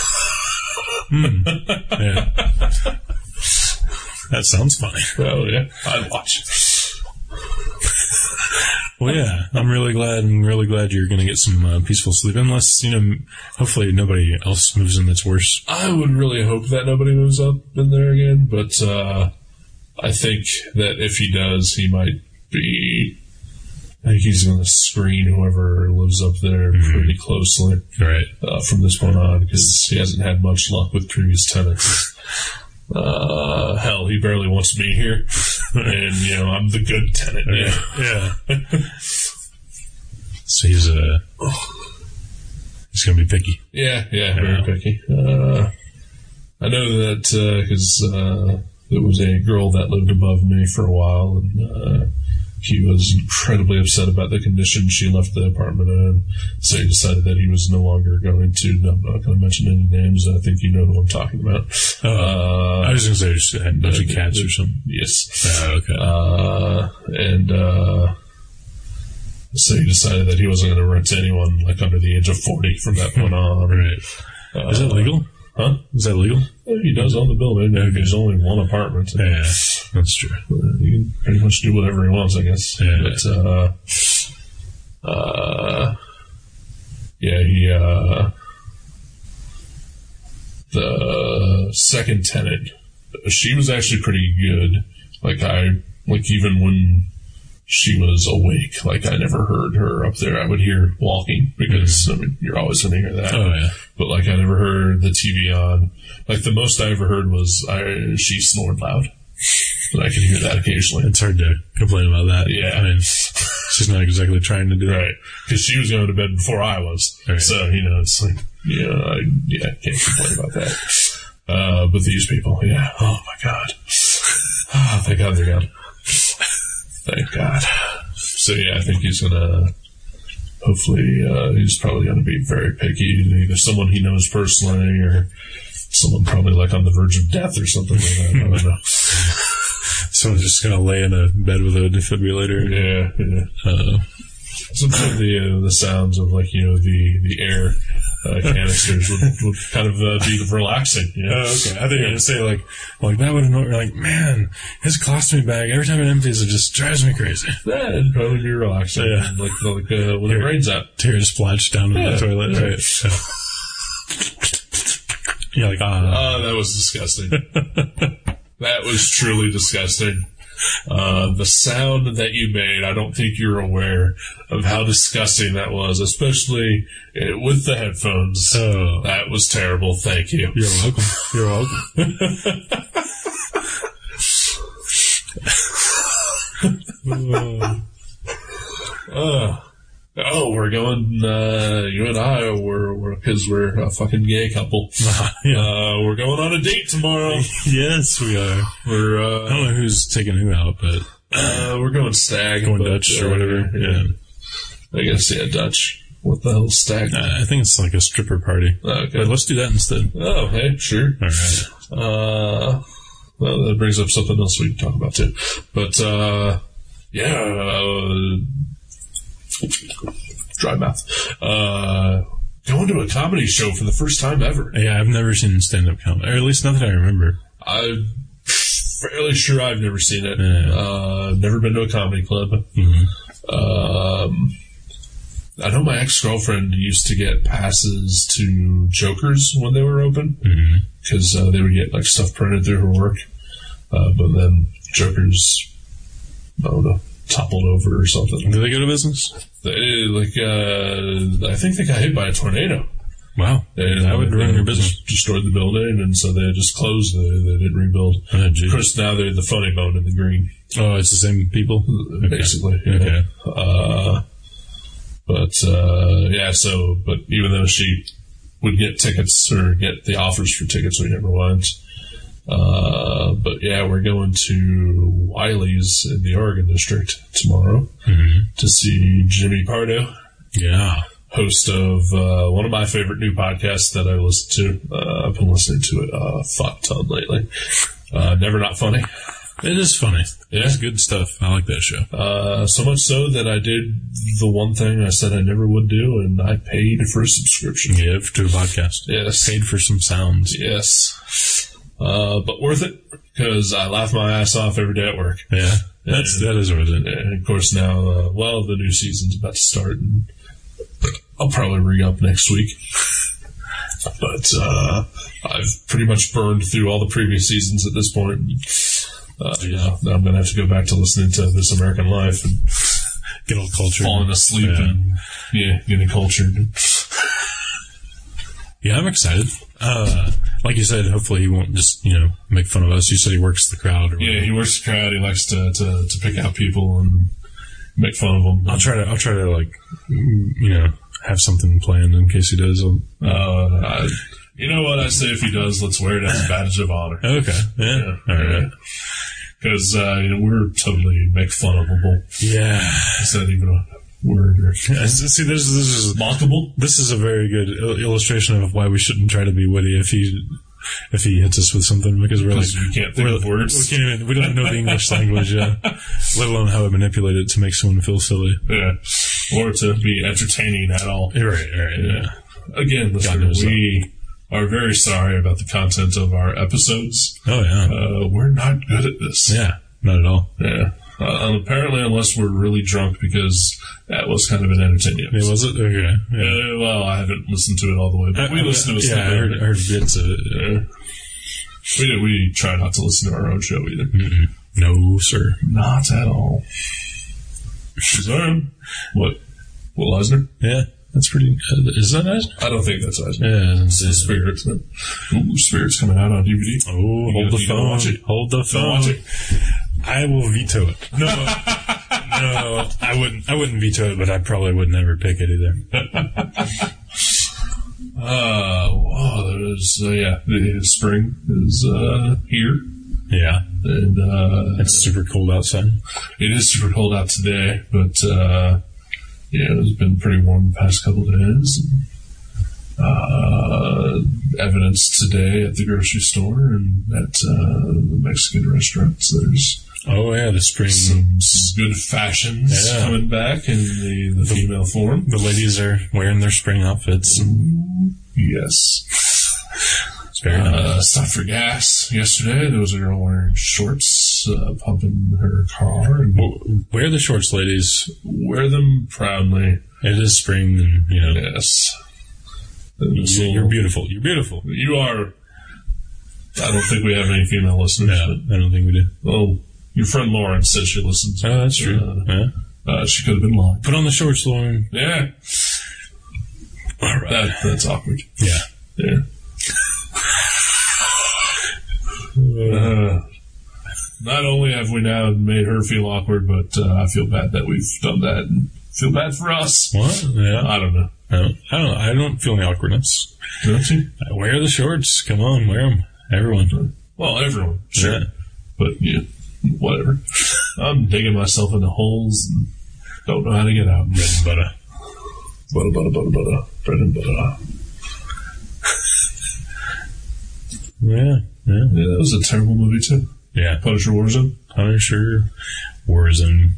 [SPEAKER 2] Yeah, that sounds funny.
[SPEAKER 1] Oh yeah, I watch. it.
[SPEAKER 2] Well, yeah, I'm really glad. I'm really glad you're going to get some uh, peaceful sleep. Unless you know, m- hopefully nobody else moves in that's worse.
[SPEAKER 1] I would really hope that nobody moves up in there again, but uh, I think that if he does, he might be. I think he's going to screen whoever lives up there pretty closely
[SPEAKER 2] Right.
[SPEAKER 1] uh, from this point on because he hasn't had much luck with previous tenants. Uh, hell, he barely wants to be here, and you know I'm the good tenant. Yeah.
[SPEAKER 2] Yeah. so he's uh, he's going to be picky.
[SPEAKER 1] Yeah, yeah, very
[SPEAKER 2] Yeah.
[SPEAKER 1] picky. Uh, I know that because uh, there was a girl that lived above me for a while, and uh, he was incredibly upset about the condition she left the apartment in. So he decided that he was no longer going to. I'm not going to mention any names. I think you know who I'm talking about.
[SPEAKER 2] Oh, I
[SPEAKER 1] Uh,
[SPEAKER 2] was going to say just had a bunch of cats or something.
[SPEAKER 1] yes.
[SPEAKER 2] Oh, okay.
[SPEAKER 1] Uh, and uh, so he decided that he wasn't going to rent to anyone like under the age of 40 from that point on. Uh,
[SPEAKER 2] Is that legal?
[SPEAKER 1] Huh?
[SPEAKER 2] Is that legal?
[SPEAKER 1] He does own the building. There's only one apartment.
[SPEAKER 2] Yeah, that's true.
[SPEAKER 1] He can pretty much do whatever he wants, I guess.
[SPEAKER 2] Yeah.
[SPEAKER 1] But, uh, uh, yeah, he, uh, the second tenant, she was actually pretty good. Like, I, like, even when she was awake, like, I never heard her up there. I would hear walking because, I mean, you're always going to hear that
[SPEAKER 2] Oh yeah.
[SPEAKER 1] but like I never heard the TV on. Like the most I ever heard was I, she snored loud, and I could hear that occasionally.
[SPEAKER 2] It's hard to complain about that.
[SPEAKER 1] Yeah.
[SPEAKER 2] I mean, she's not exactly trying to do that.
[SPEAKER 1] Right, because she was going to bed before I was,
[SPEAKER 2] Right.
[SPEAKER 1] so you know it's like yeah, I, yeah, I can't complain about that. Uh, but these people, yeah, oh my god, oh, thank God they're gone. Thank God. So yeah, I think he's gonna. Hopefully, uh, he's probably gonna be very picky. Either someone he knows personally, or someone probably like on the verge of death or something like that. I don't know.
[SPEAKER 2] Someone's just going to lay in a bed with a defibrillator.
[SPEAKER 1] Yeah, yeah.
[SPEAKER 2] Uh,
[SPEAKER 1] Sometimes the uh, the sounds of like you know the the air uh, canisters would, would kind of uh, be relaxing. You know?
[SPEAKER 2] Oh, okay. I thought you were gonna say like, like that would annoy. Like, man, his colostomy bag. Every time it empties, it just drives me crazy.
[SPEAKER 1] Yeah, it'd probably be relaxing.
[SPEAKER 2] Yeah.
[SPEAKER 1] Like like uh, when it
[SPEAKER 2] Yeah.
[SPEAKER 1] rains out.
[SPEAKER 2] Tears splash down in
[SPEAKER 1] Yeah,
[SPEAKER 2] the toilet.
[SPEAKER 1] yeah.
[SPEAKER 2] Right. So. You're like, ah,
[SPEAKER 1] Uh, Ah, Oh, that was disgusting. that was truly disgusting. Uh, the sound that you made, I don't think you're aware of how disgusting that was, especially uh, with the headphones.
[SPEAKER 2] Oh,
[SPEAKER 1] That was terrible. Thank you.
[SPEAKER 2] you're welcome. You're welcome. Uh,
[SPEAKER 1] Uh, oh, we're going, uh, you and I, we're, we're, cause we're a fucking gay couple.
[SPEAKER 2] yeah.
[SPEAKER 1] Uh, we're going on a date tomorrow.
[SPEAKER 2] Yes, we are.
[SPEAKER 1] We're,
[SPEAKER 2] I
[SPEAKER 1] uh,
[SPEAKER 2] don't know who's taking who out, but
[SPEAKER 1] uh we're going stag.
[SPEAKER 2] going
[SPEAKER 1] but,
[SPEAKER 2] Dutch or
[SPEAKER 1] uh,
[SPEAKER 2] whatever. Yeah.
[SPEAKER 1] I gotta see a Dutch. What the hell's stag?
[SPEAKER 2] Uh, I I think it's like a stripper party.
[SPEAKER 1] Okay.
[SPEAKER 2] But let's do that instead.
[SPEAKER 1] Oh, hey, sure.
[SPEAKER 2] All right.
[SPEAKER 1] Uh, well, that brings up something else we can talk about too. But uh, yeah, uh, dry mouth. Uh, going to a comedy show for the first time ever.
[SPEAKER 2] Yeah, I've never seen stand up comedy, or at least not that I remember.
[SPEAKER 1] I'm fairly sure I've never seen it.
[SPEAKER 2] Yeah.
[SPEAKER 1] Uh, never been to a comedy club.
[SPEAKER 2] Mhm.
[SPEAKER 1] Um, I know my ex girlfriend used to get passes to Jokers when they were open.
[SPEAKER 2] Mhm.
[SPEAKER 1] because uh, they would get like stuff printed through her work. Uh, but then Joker's, I don't know, toppled over or something.
[SPEAKER 2] Do they go to business?
[SPEAKER 1] They, like uh, I think they got hit by a tornado.
[SPEAKER 2] Wow,
[SPEAKER 1] They,
[SPEAKER 2] that would
[SPEAKER 1] they
[SPEAKER 2] ruin your business.
[SPEAKER 1] just Destroyed the building, and so they just closed. They, they didn't rebuild.
[SPEAKER 2] Oh,
[SPEAKER 1] Of
[SPEAKER 2] geez.
[SPEAKER 1] course, now they're the funny bone in the green,
[SPEAKER 2] oh, it's the same people.
[SPEAKER 1] basically. you know.
[SPEAKER 2] Okay.
[SPEAKER 1] Uh, but uh, yeah, so but even though she would get tickets or get the offers for tickets, we never went. Uh, but yeah, we're going to Wiley's in the Oregon District tomorrow
[SPEAKER 2] Mhm.
[SPEAKER 1] to see Jimmy Pardo,
[SPEAKER 2] Yeah.
[SPEAKER 1] host of uh, one of my favorite new podcasts that I listen to. Uh, I've been listening to it a fuck ton lately. Uh, Never Not Funny.
[SPEAKER 2] It is funny.
[SPEAKER 1] Yeah.
[SPEAKER 2] It's good stuff. I like that show.
[SPEAKER 1] Uh, so much so that I did the one thing I said I never would do, and I paid for a subscription.
[SPEAKER 2] Yeah, to a podcast.
[SPEAKER 1] Yes.
[SPEAKER 2] Paid for some sounds.
[SPEAKER 1] Yes. Uh, but worth it because I laugh my ass off every day at work.
[SPEAKER 2] Yeah. That's that is worth it.
[SPEAKER 1] And of course now, uh, well, the new season's about to start, and I'll probably ring up next week. But uh, I've pretty much burned through all the previous seasons at this point. Uh, yeah, now I'm gonna have to go back to listening to This American Life and
[SPEAKER 2] Good old culture.
[SPEAKER 1] falling asleep
[SPEAKER 2] Yeah.
[SPEAKER 1] and yeah, getting cultured.
[SPEAKER 2] Yeah, I'm excited. Uh, like you said, hopefully he won't just you know make fun of us. You said he works the crowd. Or whatever.
[SPEAKER 1] Yeah, he works the crowd. He likes to, to, to pick out people and make fun of them.
[SPEAKER 2] I'll try to. I'll try to like you know have something planned in case he does. I'll,
[SPEAKER 1] Uh, I- you know what I say? If he does, let's wear it as a badge of honor.
[SPEAKER 2] Oh, okay. Yeah. All right.
[SPEAKER 1] Because uh, you know, we're totally make fun ofable.
[SPEAKER 2] Yeah.
[SPEAKER 1] Is that even a word? Or
[SPEAKER 2] See, this this is
[SPEAKER 1] mockable?
[SPEAKER 2] this is a very good il- illustration of why we shouldn't try to be witty if he if he hits us with something because we're like
[SPEAKER 1] Because we can't think
[SPEAKER 2] we're-
[SPEAKER 1] of words.
[SPEAKER 2] We can't even. We don't know the English language, yeah. Let alone how to manipulate it to make someone feel silly.
[SPEAKER 1] Yeah. Or to be entertaining at all.
[SPEAKER 2] You're right. You're right. Yeah.
[SPEAKER 1] Again, listener,
[SPEAKER 2] knows that.
[SPEAKER 1] we are very sorry about the content of our episodes.
[SPEAKER 2] Oh yeah.
[SPEAKER 1] Uh, we're not good at this.
[SPEAKER 2] Yeah. Not at all.
[SPEAKER 1] Yeah. Uh, apparently, unless we're really drunk, because that was kind of an entertaining.
[SPEAKER 2] It
[SPEAKER 1] episode.
[SPEAKER 2] was it okay. Yeah.
[SPEAKER 1] Uh, well, I haven't listened to it all the way, but we listened to a
[SPEAKER 2] Yeah, I
[SPEAKER 1] snippet.
[SPEAKER 2] heard, I heard bits of it.
[SPEAKER 1] Yeah. We did, we try not to listen to our own show either.
[SPEAKER 2] No, sir.
[SPEAKER 1] Not at all. Sorry. What? Will Eisner?
[SPEAKER 2] Yeah, that's pretty. Uh, is that nice?
[SPEAKER 1] I don't think that's Eisner.
[SPEAKER 2] Yeah. it's-
[SPEAKER 1] It's
[SPEAKER 2] it's-
[SPEAKER 1] Spirits. man. Ooh, Spirits coming out on DVD.
[SPEAKER 2] oh, hold
[SPEAKER 1] gotta-
[SPEAKER 2] the
[SPEAKER 1] you gotta
[SPEAKER 2] phone.
[SPEAKER 1] watch it.
[SPEAKER 2] Hold the
[SPEAKER 1] Don't
[SPEAKER 2] phone.
[SPEAKER 1] watch it.
[SPEAKER 2] I will veto it. No, no, I wouldn't. I wouldn't veto it, but I probably would never pick it either. Oh.
[SPEAKER 1] Uh, whoa, there's, uh, yeah, the the spring is, uh, here.
[SPEAKER 2] Yeah,
[SPEAKER 1] And, uh,
[SPEAKER 2] it's super cold outside.
[SPEAKER 1] It is super cold out today, but uh, yeah, it's been pretty warm the past couple of days. Uh, evidence today at the grocery store and at uh, the Mexican restaurants. There's
[SPEAKER 2] Oh yeah, the spring.
[SPEAKER 1] some s- good fashions
[SPEAKER 2] Yeah.
[SPEAKER 1] coming back in the, the female form.
[SPEAKER 2] The ladies are wearing their spring outfits.
[SPEAKER 1] Yes.
[SPEAKER 2] It's very nice.
[SPEAKER 1] Uh, stopped for gas yesterday. There was a girl wearing shorts, uh, pumping her car, and
[SPEAKER 2] W- Wear the shorts, ladies.
[SPEAKER 1] wear them proudly.
[SPEAKER 2] It is spring, and you know
[SPEAKER 1] Yes.
[SPEAKER 2] you, you're beautiful. You're beautiful.
[SPEAKER 1] You are. I don't think we have any female listeners.
[SPEAKER 2] No, I don't think we do.
[SPEAKER 1] But, oh, Your friend Lauren said she listened to
[SPEAKER 2] Oh, that's
[SPEAKER 1] it.
[SPEAKER 2] true. yeah.
[SPEAKER 1] Uh, uh, she could have been lying.
[SPEAKER 2] Put on the shorts, Lauren.
[SPEAKER 1] Yeah,
[SPEAKER 2] All right.
[SPEAKER 1] that, that's awkward.
[SPEAKER 2] yeah.
[SPEAKER 1] Yeah. Uh, not only have we now made her feel awkward, but uh, I feel bad that we've done that and feel bad for us.
[SPEAKER 2] What? Yeah.
[SPEAKER 1] I don't know.
[SPEAKER 2] I don't, I don't know. I don't feel any awkwardness.
[SPEAKER 1] Don't you?
[SPEAKER 2] I wear the shorts. Come on, wear them. Everyone.
[SPEAKER 1] Well, everyone, sure.
[SPEAKER 2] Yeah.
[SPEAKER 1] But yeah, whatever. I'm digging myself into holes and don't know how to get out.
[SPEAKER 2] Bread and butter.
[SPEAKER 1] Butter, butter, butter, butter, bread and butter.
[SPEAKER 2] Yeah. Yeah.
[SPEAKER 1] Yeah, that was a terrible movie too.
[SPEAKER 2] Yeah.
[SPEAKER 1] Punisher Warzone.
[SPEAKER 2] Punisher, Warzone.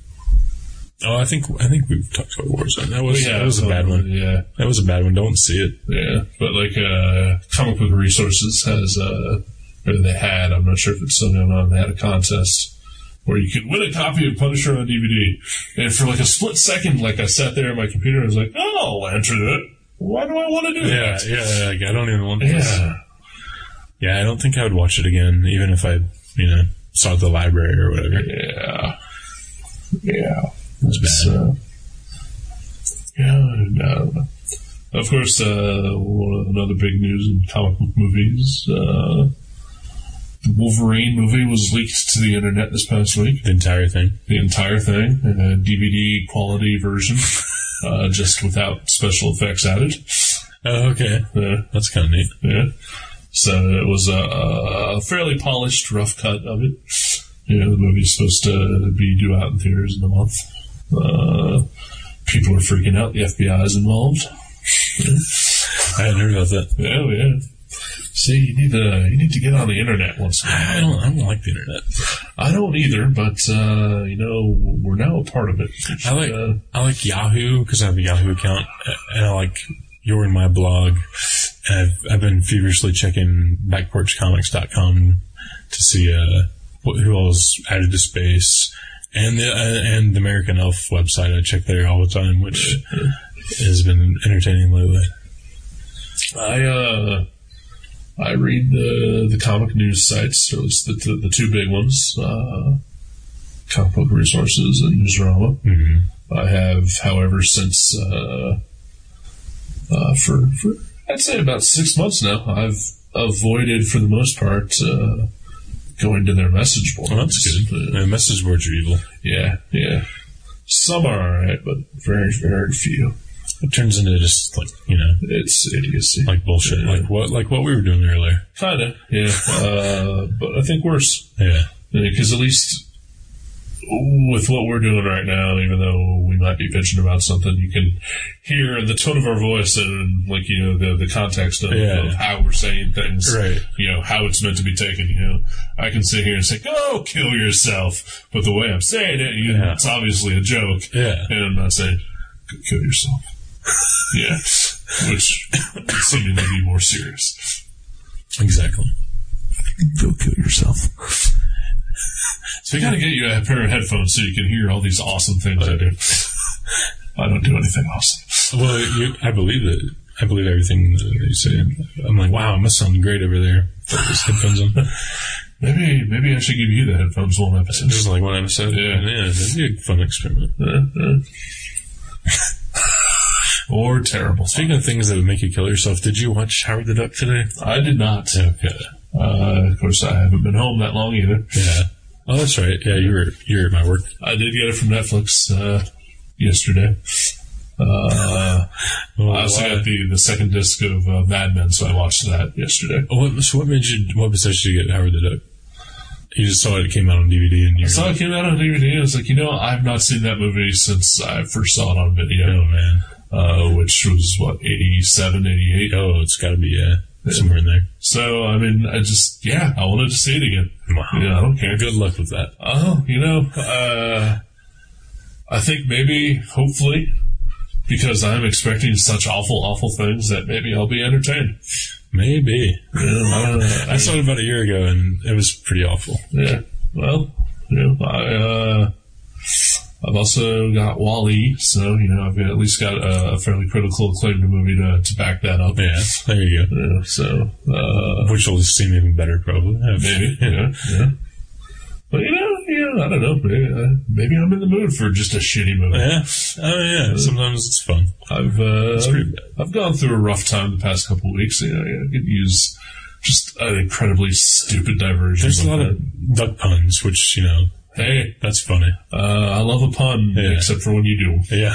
[SPEAKER 2] Oh, I think I think we've talked about Warzone. That was that was a bad one.
[SPEAKER 1] Yeah,
[SPEAKER 2] That was a bad one. Don't see it.
[SPEAKER 1] yeah. But like, uh, comic book resources has, uh, or they had. I'm not sure if it's still going on. They had a contest where you could win a copy of Punisher on DVD. And for like a split second, like I sat there at my computer, and was like, oh, I'll enter that. Why do I want to do
[SPEAKER 2] Yeah,
[SPEAKER 1] that?
[SPEAKER 2] yeah. Like, I don't even want this.
[SPEAKER 1] Yeah.
[SPEAKER 2] Yeah, I don't think I would watch it again, even if I, you know, saw it at the library or whatever.
[SPEAKER 1] Yeah. Yeah. That's
[SPEAKER 2] bad.
[SPEAKER 1] Uh, yeah, no. Of course, uh, one- another big news in comic book movies. Uh, the Wolverine movie was leaked to the internet this past week.
[SPEAKER 2] The entire thing.
[SPEAKER 1] The entire thing, in a DVD quality version, uh, just without special effects added. Uh,
[SPEAKER 2] Oh, okay.
[SPEAKER 1] Yeah.
[SPEAKER 2] That's kind of neat.
[SPEAKER 1] Yeah. So it was a, a fairly polished, rough cut of it. You know, the movie's supposed to be due out in theaters in a month. Uh, people are freaking out. The FBI is involved.
[SPEAKER 2] I hadn't heard about that.
[SPEAKER 1] Yeah, oh, yeah. See, you need to you need to get on the internet once. in a
[SPEAKER 2] I
[SPEAKER 1] while.
[SPEAKER 2] don't. I don't like the internet.
[SPEAKER 1] I don't either, but uh, you know, we're now a part of it.
[SPEAKER 2] I like.
[SPEAKER 1] Uh,
[SPEAKER 2] I like Yahoo because I have a Yahoo account, a- and I like your and my blog. And I've I've been feverishly checking backporchcomics.com to see uh what, who else added to space. And the uh, and the American Elf website I check there all the time, which has been entertaining lately.
[SPEAKER 1] I uh, I read the the comic news sites, or at least the the, the two big ones, uh, comic book resources and Newsarama.
[SPEAKER 2] Mm-hmm.
[SPEAKER 1] I have, however, since uh, uh, for, for I'd say about six months now, I've avoided for the most part uh, going to their message boards.
[SPEAKER 2] Well, Oh, that's good.
[SPEAKER 1] Uh,
[SPEAKER 2] Uh, message boards are evil.
[SPEAKER 1] yeah, yeah. Some are alright, but very, very few.
[SPEAKER 2] It turns into just like you know,
[SPEAKER 1] It's idiocy.
[SPEAKER 2] like bullshit,
[SPEAKER 1] Yeah.
[SPEAKER 2] like what, like what we were doing earlier.
[SPEAKER 1] Kinda, yeah. uh, but I think worse.
[SPEAKER 2] Yeah,
[SPEAKER 1] Because at least with what we're doing right now, even though we might be bitching about something, you can hear in the tone of our voice and like you know the the context of,
[SPEAKER 2] Yeah.
[SPEAKER 1] of how we're saying things,
[SPEAKER 2] Right.
[SPEAKER 1] You know how it's meant to be taken. You know, I can sit here and say, "Go kill yourself," but the way I'm saying it, you
[SPEAKER 2] Yeah.
[SPEAKER 1] it's obviously a joke,
[SPEAKER 2] yeah.
[SPEAKER 1] and I'm not saying, "Go kill yourself." yeah, which would seem to be more serious.
[SPEAKER 2] Exactly.
[SPEAKER 1] Go kill yourself. So we gotta get you a pair of headphones so you can hear all these awesome things I do. I don't do anything awesome.
[SPEAKER 2] Well, you, I believe it. I believe everything that you say. I'm like, wow, it must sound great over there. Put those headphones on.
[SPEAKER 1] Maybe maybe I should give you the headphones one episode.
[SPEAKER 2] This is like one episode.
[SPEAKER 1] Yeah.
[SPEAKER 2] yeah, that'd be a fun experiment.
[SPEAKER 1] or terrible.
[SPEAKER 2] Speaking of things that would make you kill yourself, did you watch Howard the Duck today?
[SPEAKER 1] I did not.
[SPEAKER 2] Okay.
[SPEAKER 1] Uh, of course, I haven't been home that long either.
[SPEAKER 2] Yeah. Oh, that's right. Yeah, you were you were at my work.
[SPEAKER 1] I did get it from Netflix uh, yesterday. Uh,
[SPEAKER 2] Well,
[SPEAKER 1] I also
[SPEAKER 2] why-
[SPEAKER 1] got the, the second disc of uh, Mad Men, so I watched that yesterday.
[SPEAKER 2] what, so what made you? What besides you get Howard the Duck? You just saw it came out on DVD, and you
[SPEAKER 1] So I came out on DVD. I was like, you know, I've not seen that movie since I first saw it on video.
[SPEAKER 2] oh man,
[SPEAKER 1] uh, which was what 87 88
[SPEAKER 2] oh, it's got to be uh, somewhere in there.
[SPEAKER 1] so i mean i just yeah i wanted to see it again
[SPEAKER 2] Wow.
[SPEAKER 1] yeah i don't care
[SPEAKER 2] Good luck with that.
[SPEAKER 1] oh you know uh, i think maybe hopefully because i'm expecting such awful awful things that maybe i'll be entertained
[SPEAKER 2] Maybe.
[SPEAKER 1] You know, I don't know.
[SPEAKER 2] I saw it about a year ago, and it was pretty awful.
[SPEAKER 1] yeah well you know i uh, I've also got Wally, so you know I've at least got a, a fairly critical acclaimed movie to, to back that up.
[SPEAKER 2] Yeah, there you go.
[SPEAKER 1] You know, so uh,
[SPEAKER 2] Which will seem even better, probably.
[SPEAKER 1] Maybe, yeah, yeah. But you know, yeah, I don't know. Maybe, uh, maybe I'm in the mood for just a shitty movie.
[SPEAKER 2] Yeah. Oh
[SPEAKER 1] Uh,
[SPEAKER 2] yeah. Sometimes it's fun.
[SPEAKER 1] I've uh,
[SPEAKER 2] pretty
[SPEAKER 1] I've gone through a rough time the past couple of weeks. You know, I could use just an incredibly stupid diversion.
[SPEAKER 2] There's a
[SPEAKER 1] like
[SPEAKER 2] lot
[SPEAKER 1] that.
[SPEAKER 2] of duck puns, which you know
[SPEAKER 1] hey,
[SPEAKER 2] that's funny.
[SPEAKER 1] uh, I love a pun,
[SPEAKER 2] Yeah.
[SPEAKER 1] except for when you do.
[SPEAKER 2] Yeah.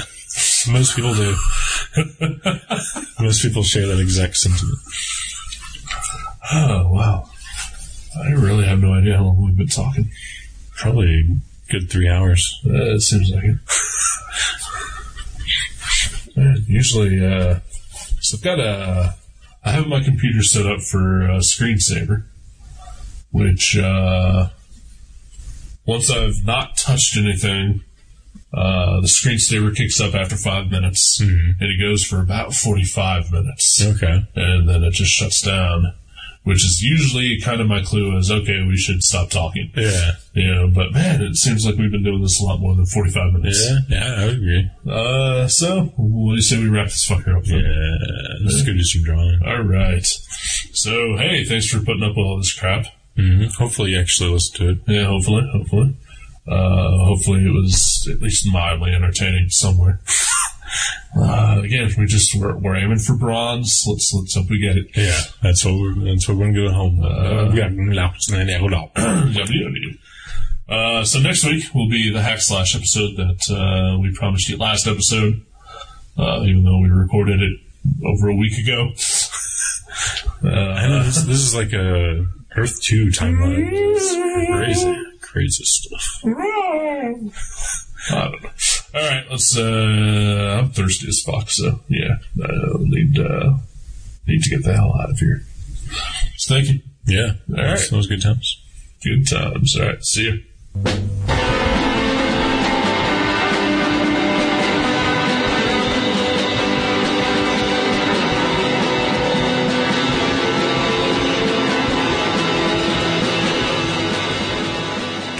[SPEAKER 2] Most people do. Most people share that exact sentiment.
[SPEAKER 1] Oh wow, I really have no idea how long we've been talking.
[SPEAKER 2] Probably a good three hours.
[SPEAKER 1] Uh, it seems like it. Man, usually, uh, so I've got a. I have my computer set up for uh, screensaver, which uh, once I've not touched anything, uh, the screensaver kicks up after five minutes, and it goes for about forty-five minutes
[SPEAKER 2] Okay.
[SPEAKER 1] and then it just shuts down, which is usually kind of my clue is okay, we should stop talking.
[SPEAKER 2] Yeah.
[SPEAKER 1] You know, but man, it seems like we've been doing this a lot more than 45 minutes.
[SPEAKER 2] Yeah. Yeah. I would agree.
[SPEAKER 1] Uh, so, what do you say we wrap this fucker up then?
[SPEAKER 2] Yeah. Let's go do some drawing.
[SPEAKER 1] All right. So, hey, thanks for putting up with all this crap.
[SPEAKER 2] hmm Hopefully, you actually listen to it.
[SPEAKER 1] Yeah, hopefully, hopefully. Uh, hopefully it was at least mildly entertaining somewhere. Uh, again, we just, we're, we're aiming for bronze. Let's, let's hope we get it.
[SPEAKER 2] Yeah. That's what we're. That's what we're gonna go home. with.
[SPEAKER 1] Uh,
[SPEAKER 2] We got laps and then hold up.
[SPEAKER 1] WW. Uh, so next week will be the hack slash episode that uh, we promised you last episode, uh, even though we recorded it over a week ago.
[SPEAKER 2] I know this, this is like a Earth Two timeline. It's crazy, crazy stuff.
[SPEAKER 1] I don't know. All right, let's. Uh, I'm thirsty as fuck, so yeah, I need uh, need to get the hell out of here. So thank you.
[SPEAKER 2] Yeah,
[SPEAKER 1] All right.
[SPEAKER 2] those good times.
[SPEAKER 1] Good times. All right, see you.